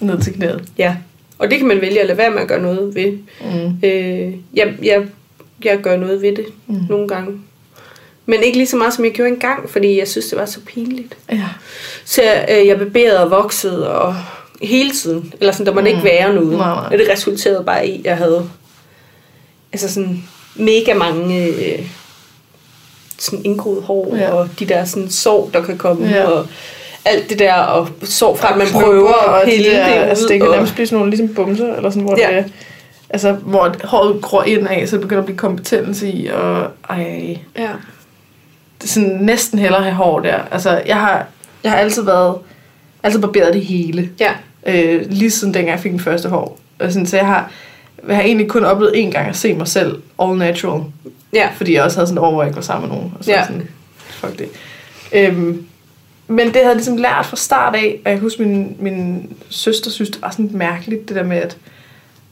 S1: Ned til knæet.
S2: ja. Og det kan man vælge at lade være med at gøre noget ved.
S1: Mm.
S2: Øh, jeg, jeg, jeg gør noget ved det mm. nogle gange. Men ikke lige så meget, som jeg gjorde engang, fordi jeg synes, det var så pinligt.
S1: Ja.
S2: Så jeg, øh, jeg beberede og voksede og hele tiden. Eller sådan, der måtte mm. ikke være noget.
S1: Nej, nej.
S2: Og det resulterede bare i, at jeg havde altså sådan mega mange øh, sådan indgroet hår
S1: Ja.
S2: ja. og de der sådan sår, der kan komme
S1: Ja.
S2: ja. og alt det der og sår fra, at man
S1: Knopper
S2: prøver at
S1: de
S2: pille
S1: der,
S2: det ud.
S1: Altså, det kan
S2: og-
S1: nærmest blive sådan nogle ligesom bumser, eller sådan, hvor
S2: Ja.
S1: ja. det Altså, hvor håret gror ind af, så det begynder at blive kompetence i, og ej,
S2: ja.
S1: det er sådan næsten hellere have hår der. Altså, jeg har, jeg har altid været, altid barberet det hele,
S2: ja.
S1: øh, lige siden dengang jeg fik min første hår. Og sådan, så jeg har, jeg har egentlig kun oplevet en gang at se mig selv all natural,
S2: Ja.
S1: fordi jeg også havde sådan et år, hvor jeg ikke var sammen med nogen. Og så
S2: Ja.
S1: ja. sådan, fuck det. Øhm, men det havde jeg ligesom lært fra start af, og jeg husker, min, min søster synes, det var sådan lidt mærkeligt, det der med, at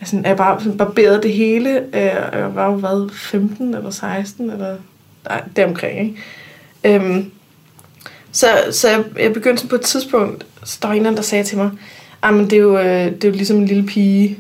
S1: altså, at jeg bare sådan barberede det hele. Øh, og jeg var jo hvad, 15 eller 16, eller nej, deromkring, ikke? Øhm, så, så jeg, jeg begyndte sådan på et tidspunkt, så der var en eller anden, der sagde til mig, "Ej, men det er jo, øh, det er jo ligesom en lille pige.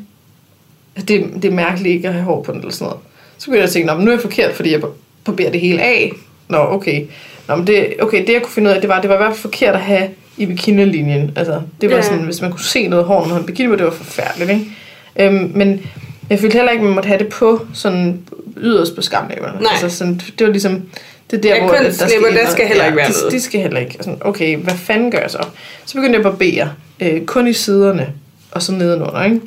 S1: Altså, Det, det er mærkeligt ikke at have hår på den, eller sådan noget. Så begyndte jeg at tænke, "Nå, men nu er jeg forkert, fordi jeg bar- barberer det hele af. Nå, okay. Nå, men det, okay, det jeg kunne finde ud af, det var, det var i hvert fald forkert at have i bikinilinjen. Altså, det var
S2: Ja.
S1: ja. sådan, hvis man kunne se noget hår, når han bikini på, det var forfærdeligt, ikke? Øhm, men jeg følte heller ikke, man måtte have det på sådan yderst på skamlæberne.
S2: Nej.
S1: Altså sådan, det var ligesom, det er der,
S2: Ja,
S1: hvor at
S2: kønslæber,
S1: ind
S2: der
S1: og-
S2: skal heller ikke være
S1: de,
S2: noget.
S1: De skal heller ikke. Og Sådan, okay, hvad fanden gør jeg så? Så begyndte jeg at barbere, øh, kun i siderne, og så nedenunder, ikke?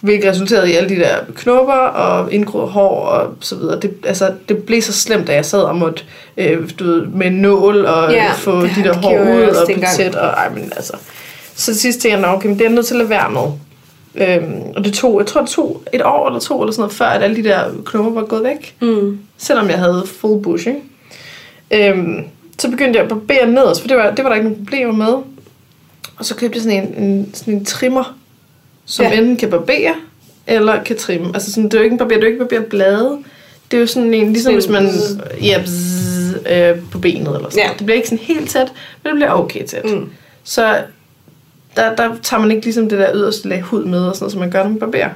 S1: Hvilket resulterede i alle de der knopper og indgroet hår og så videre. Det, altså, det blev så slemt, da jeg sad og måtte øh, du ved, med en nål og
S2: Ja,
S1: ja, få
S2: det
S1: de der hår
S2: gjorde jeg
S1: ud
S2: også
S1: og
S2: dengang.
S1: pincet. Og, ej, men altså. Så til sidst tænkte jeg, "Nå, okay, men det er jeg nødt til at lade være med. Øhm, og det tog, jeg tror, det tog et år eller to eller sådan noget, før at alle de der knopper var gået væk.
S2: Mm.
S1: Selvom jeg havde full bush, ikke? Øhm, så begyndte jeg at barbere nederst, for det var, det var der ikke nogen problemer med. Og så købte jeg sådan en, en, sådan en trimmer, som
S2: Ja.
S1: ja. enten kan barbere, eller kan trimme. Altså sådan, det er jo ikke en barber, det er jo ikke barber blade. Det er jo sådan en, ligesom hvis
S2: Sådan
S1: man
S2: en bzz.
S1: ja, bzz, øh, på benet eller sådan
S2: Ja.
S1: ja. Det bliver ikke sådan helt tæt, men det bliver okay tæt.
S2: Mm.
S1: Så der, der tager man ikke ligesom det der yderste lag hud med, og sådan noget, som man gør, når man barberer.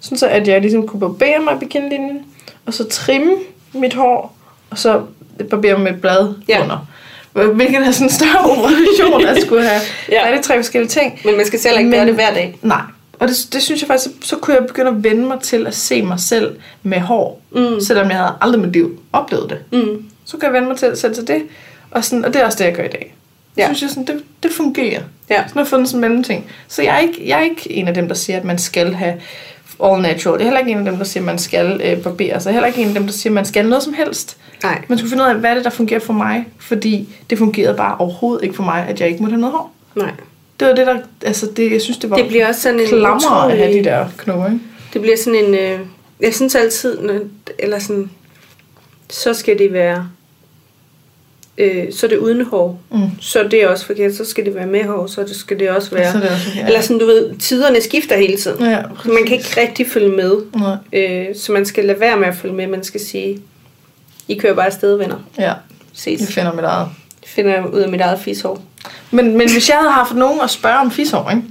S1: Sådan så, at jeg ligesom kunne barbere mig i bikinilinjen, og så trimme mit hår, og så barbere mig med et blad
S2: Ja.
S1: ja. under. Hvilket er sådan en større operation at skulle have.
S2: Ja.
S1: ja. Der er det tre forskellige ting.
S2: Men man skal selv ikke Men... gøre
S1: Men-
S2: det hver dag.
S1: Nej. Og det, det synes jeg faktisk, så, så kunne jeg begynde at vende mig til at se mig selv med hår.
S2: Mm.
S1: Selvom jeg havde aldrig i mit liv oplevet det.
S2: Mm.
S1: Så kan jeg vende mig til, selv til det. Og, sådan, og det er også det, jeg gør i dag.
S2: Ja.
S1: Ja. synes jeg, sådan, det, det fungerer.
S2: Ja.
S1: Så nu har jeg fundet sådan en mellemting. Så jeg er, ikke, jeg er ikke en af dem, der siger, at man skal have all natural. Det er heller ikke en af dem, der siger, at man skal øh, barbere sig. Heller ikke en af dem, der siger, at man skal noget som helst.
S2: Nej.
S1: Man skulle finde ud af, hvad er det, der fungerer for mig. Fordi det fungerede bare overhovedet ikke for mig, at jeg ikke måtte have noget hår.
S2: Nej.
S1: Det var det, der... Altså, det, jeg synes, det var
S2: Det bliver også sådan en
S1: klammer at have de
S2: utrolig-
S1: der knopper, ikke?
S2: Det bliver sådan en... Øh, jeg synes altid, når, eller sådan, så skal det være... Øh, så er det uden hår.
S1: Mm.
S2: Så er det også forkert. Så skal det være med hår. Så det, skal det også være...
S1: Så er det også, Mm, ja.
S2: Eller sådan, du ved, tiderne skifter hele tiden.
S1: Ja,
S2: Så man kan ikke rigtig følge med.
S1: Nej.
S2: Øh, så man skal lade være med at følge med. Man skal sige, I kører bare afsted, venner.
S1: Ja, jeg
S2: Ses.
S1: finder mit eget.
S2: Finder jeg ud af mit eget fishår.
S1: Men, men hvis jeg havde haft nogen at spørge om fishår, ikke?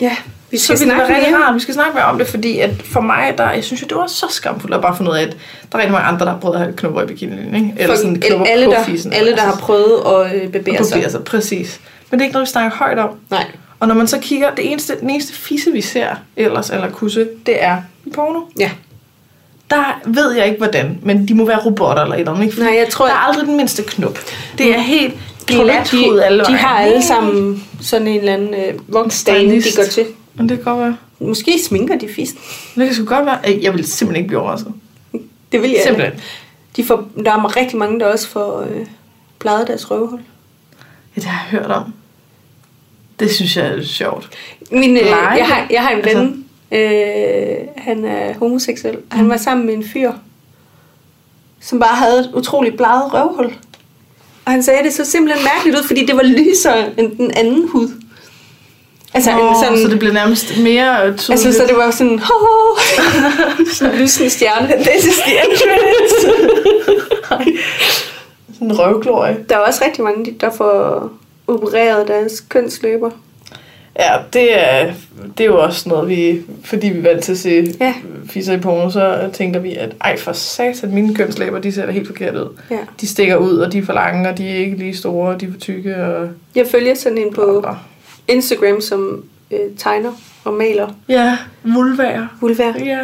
S2: Ja, vi
S1: så
S2: skal
S1: ville det
S2: snakke
S1: være
S2: rigtig
S1: rigtig
S2: meget.
S1: rart. Vi skal snakke mere om det, fordi at for mig, der, jeg synes jo, det var så skamfuldt at bare finde ud af, at der er rigtig mange andre, der har prøvet at have knopper i bikinilinjen, ikke? Eller sådan knopper
S2: alle,
S1: på
S2: der,
S1: fisen. altså
S2: alle, der har prøvet at øh,
S1: at
S2: barbere
S1: barbere
S2: sig.
S1: sig. altså, Præcis. Men det er ikke noget, vi snakker højt om.
S2: Nej.
S1: Og når man så kigger, det eneste, den eneste fisse, vi ser ellers, eller kusse, det er i porno.
S2: Ja.
S1: Der ved jeg ikke, hvordan, men de må være robotter eller et eller andet, ikke? Fordi
S2: Nej, jeg tror- Mm.
S1: Der er aldrig den mindste knop. Det er helt glat hud alle
S2: de, de
S1: vejen.
S2: har alle sammen sådan en eller anden øh, vognstande, de
S1: Stylist.
S2: går til.
S1: Men det kan godt være.
S2: Måske sminker de fisen.
S1: Det kan sgu godt være. Ej, Jeg vil simpelthen ikke blive overrasket.
S2: Det vil jeg.
S1: Ja.
S2: ikke.
S1: Simpelthen.
S2: De får, der er rigtig mange, der også får øh, plejet deres røvhul.
S1: Ja, det har jeg hørt om. Det synes jeg er sjovt.
S2: Min, øh,
S1: Nej.
S2: jeg, har, jeg har en
S1: Altså-
S2: ven, øh, han er homoseksuel. Han var sammen med en fyr, som bare havde et utroligt bleget røvhul. Og han sagde, det så simpelthen mærkeligt ud, fordi det var lysere end den anden hud. Altså,
S1: Nå,
S2: oh, sådan,
S1: så det blev nærmest mere øh, tydeligt.
S2: altså, så det var sådan, ho,
S1: (laughs)
S2: ho, sådan en lysende stjerne. This is the entrance.
S1: sådan en røvglorie.
S2: (laughs) Der er også rigtig mange, der får opereret deres kønsløber.
S1: Ja, det er, det er jo også noget, vi, fordi vi er vant til at se
S2: Ja.
S1: fisser i porno, så tænker vi, at ej for sat, at mine kønslæber, de ser da helt forkert ud.
S2: Ja.
S1: De stikker ud, og de er for lange, og de er ikke lige store, og de er for tykke. Og...
S2: Jeg følger sådan en på Instagram, som øh, tegner og maler
S1: Ja, vulvager.
S2: vulvær.
S1: Ja.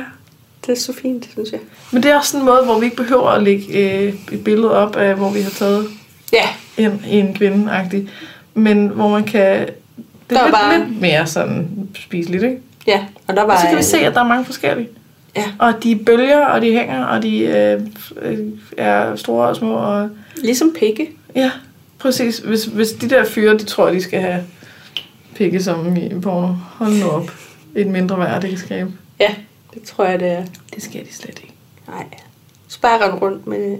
S2: Det er så fint, synes jeg.
S1: Men det er også sådan en måde, hvor vi ikke behøver at lægge øh, et billede op af, hvor vi har taget
S2: Ja,
S1: en, en kvinde Men hvor man kan... Det er
S2: Der er
S1: lidt,
S2: bare-
S1: lidt mere sådan spiseligt, ikke?
S2: ja. Og der var... øh,
S1: Og så kan vi se, at der er mange forskellige.
S2: Ja,
S1: Og de bølger, og de hænger, og de øh, øh, er store og små. Og,
S2: ligesom pikke.
S1: ja, præcis. Hvis, hvis de der fyre, de tror, de skal have pikke som i en porno. Hold nu op. Et mindre værd, det kan skabe.
S2: Ja, det tror jeg, det er.
S1: Det skal de slet ikke.
S2: Nej. Så bare rende rundt med...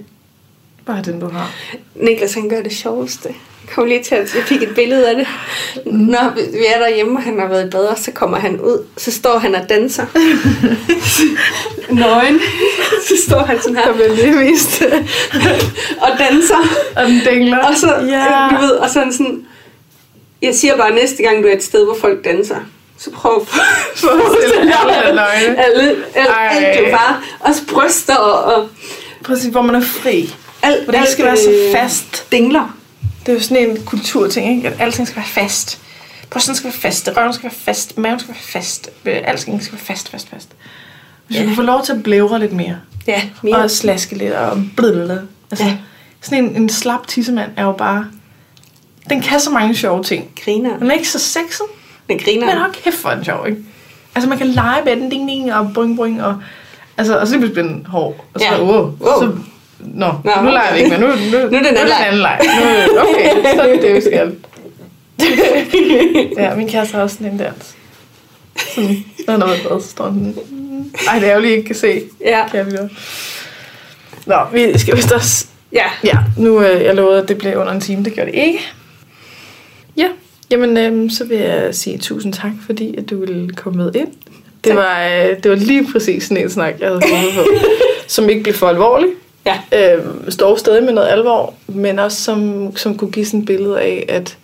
S1: Bare den, du har.
S2: Niklas, han gør det sjoveste. Jeg kom lige til at jeg fik et billede af det. (laughs) Når vi vi er derhjemme, og han har været i bad, og så kommer han ud, så står han og danser. (laughs) Nøgen. (laughs) Så står han sådan her. Der bliver lige vist. (laughs) og danser.
S1: Og den dingler.
S2: Og så,
S1: ja.
S2: yeah. du ved, og sådan sådan, jeg siger bare, næste gang du er et sted, hvor folk danser, så (laughs) prøv at forestille dig
S1: alle
S2: alle,
S1: løgne.
S2: alle,
S1: Ej.
S2: alt jo bare, også bryster og, og
S1: Præcis, hvor man er fri.
S2: alt,
S1: Hvor det ikke
S2: alt,
S1: skal være så
S2: øh,
S1: fast.
S2: Dingler.
S1: Det er jo sådan en kulturting, ikke? At alting skal være fast. Brysten skal være fast, røven skal være fast, maven skal være fast, øh, alting skal være fast, fast, fast. Hvis
S2: Ja.
S1: vi kunne få lov til at blævre lidt mere,
S2: Ja,
S1: mere.
S2: mere.
S1: og slaske lidt og blødle. Altså,
S2: Ja.
S1: ja. Sådan en, en slap tissemand er jo bare... Den kan så mange sjove ting.
S2: griner.
S1: Den er ikke så sexet,
S2: Den
S1: men
S2: griner.
S1: har kæft for en sjov, ikke? Altså, man kan lege med den, ding, ding, og bring, bring, og... Altså, og så lige pludselig bliver den hård, og så,
S2: Ja.
S1: ja. wow, wow.
S2: Wow.
S1: så Nå, Nå, nu leger vi ikke mere. Nu, nu, nu,
S2: den anden leg.
S1: leg. Nu, okay, så er det det, vi
S2: (laughs)
S1: skal. ja, min kæreste har også sådan en dans. Sådan, når han har været i bad, så står han sådan. "Mm." Ej, det er jo lige ikke kan se.
S2: Ja,
S1: Kan vi jo. Nå, vi skal vist også...
S2: ja.
S1: Ja, nu øh, jeg lovede, at det blev under en time. Det gjorde det ikke. Ja, jamen øh, så vil jeg sige tusind tak, fordi at du ville komme med ind. Det
S2: Tak.
S1: var, øh, det var lige præcis sådan en snak, jeg havde håbet på, som ikke blev for alvorlig
S2: ja.
S1: øh, står stadig med noget alvor, men også som, som kunne give sådan et billede af, at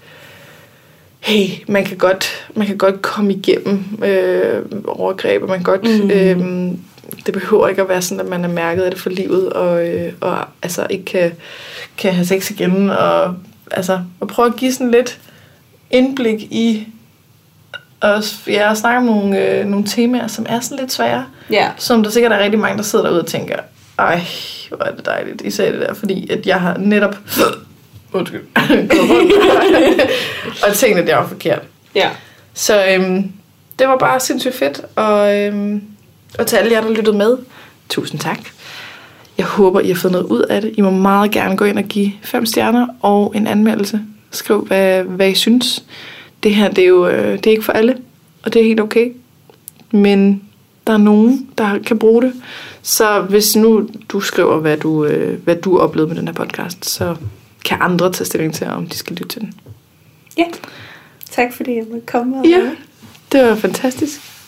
S1: hey, man kan godt, man kan godt komme igennem øh, overgreb, og man kan godt,
S2: Mm.
S1: mm. øh, det behøver ikke at være sådan, at man er mærket af det for livet, og, øh, og altså ikke kan, kan have sex igen, og altså, og prøve at give sådan lidt indblik i og ja, at snakke om nogle, øh, nogle temaer, som er sådan lidt svære,
S2: ja.
S1: som der sikkert er rigtig mange, der sidder derude og tænker, ej, hvor er det dejligt, I sagde det der, fordi at jeg har netop undskyld, (laughs) gået rundt og tænkt, at det var forkert.
S2: ja.
S1: Så øhm, det var bare sindssygt fedt, og øhm, Og til alle jer, der lyttede med, tusind tak. Jeg håber, I har fået noget ud af det. I må meget gerne gå ind og give fem stjerner og en anmeldelse. Skriv, hvad, hvad I synes. Det her, det er jo øh, det er ikke for alle, og det er helt okay. Men der er nogen, der kan bruge det. Så hvis nu du skriver, hvad du, øh, hvad du oplevede med den her podcast, så kan andre tage stilling til, om de skal lytte til den.
S2: Ja. Tak fordi jeg måtte komme. og
S1: Ja, det var fantastisk.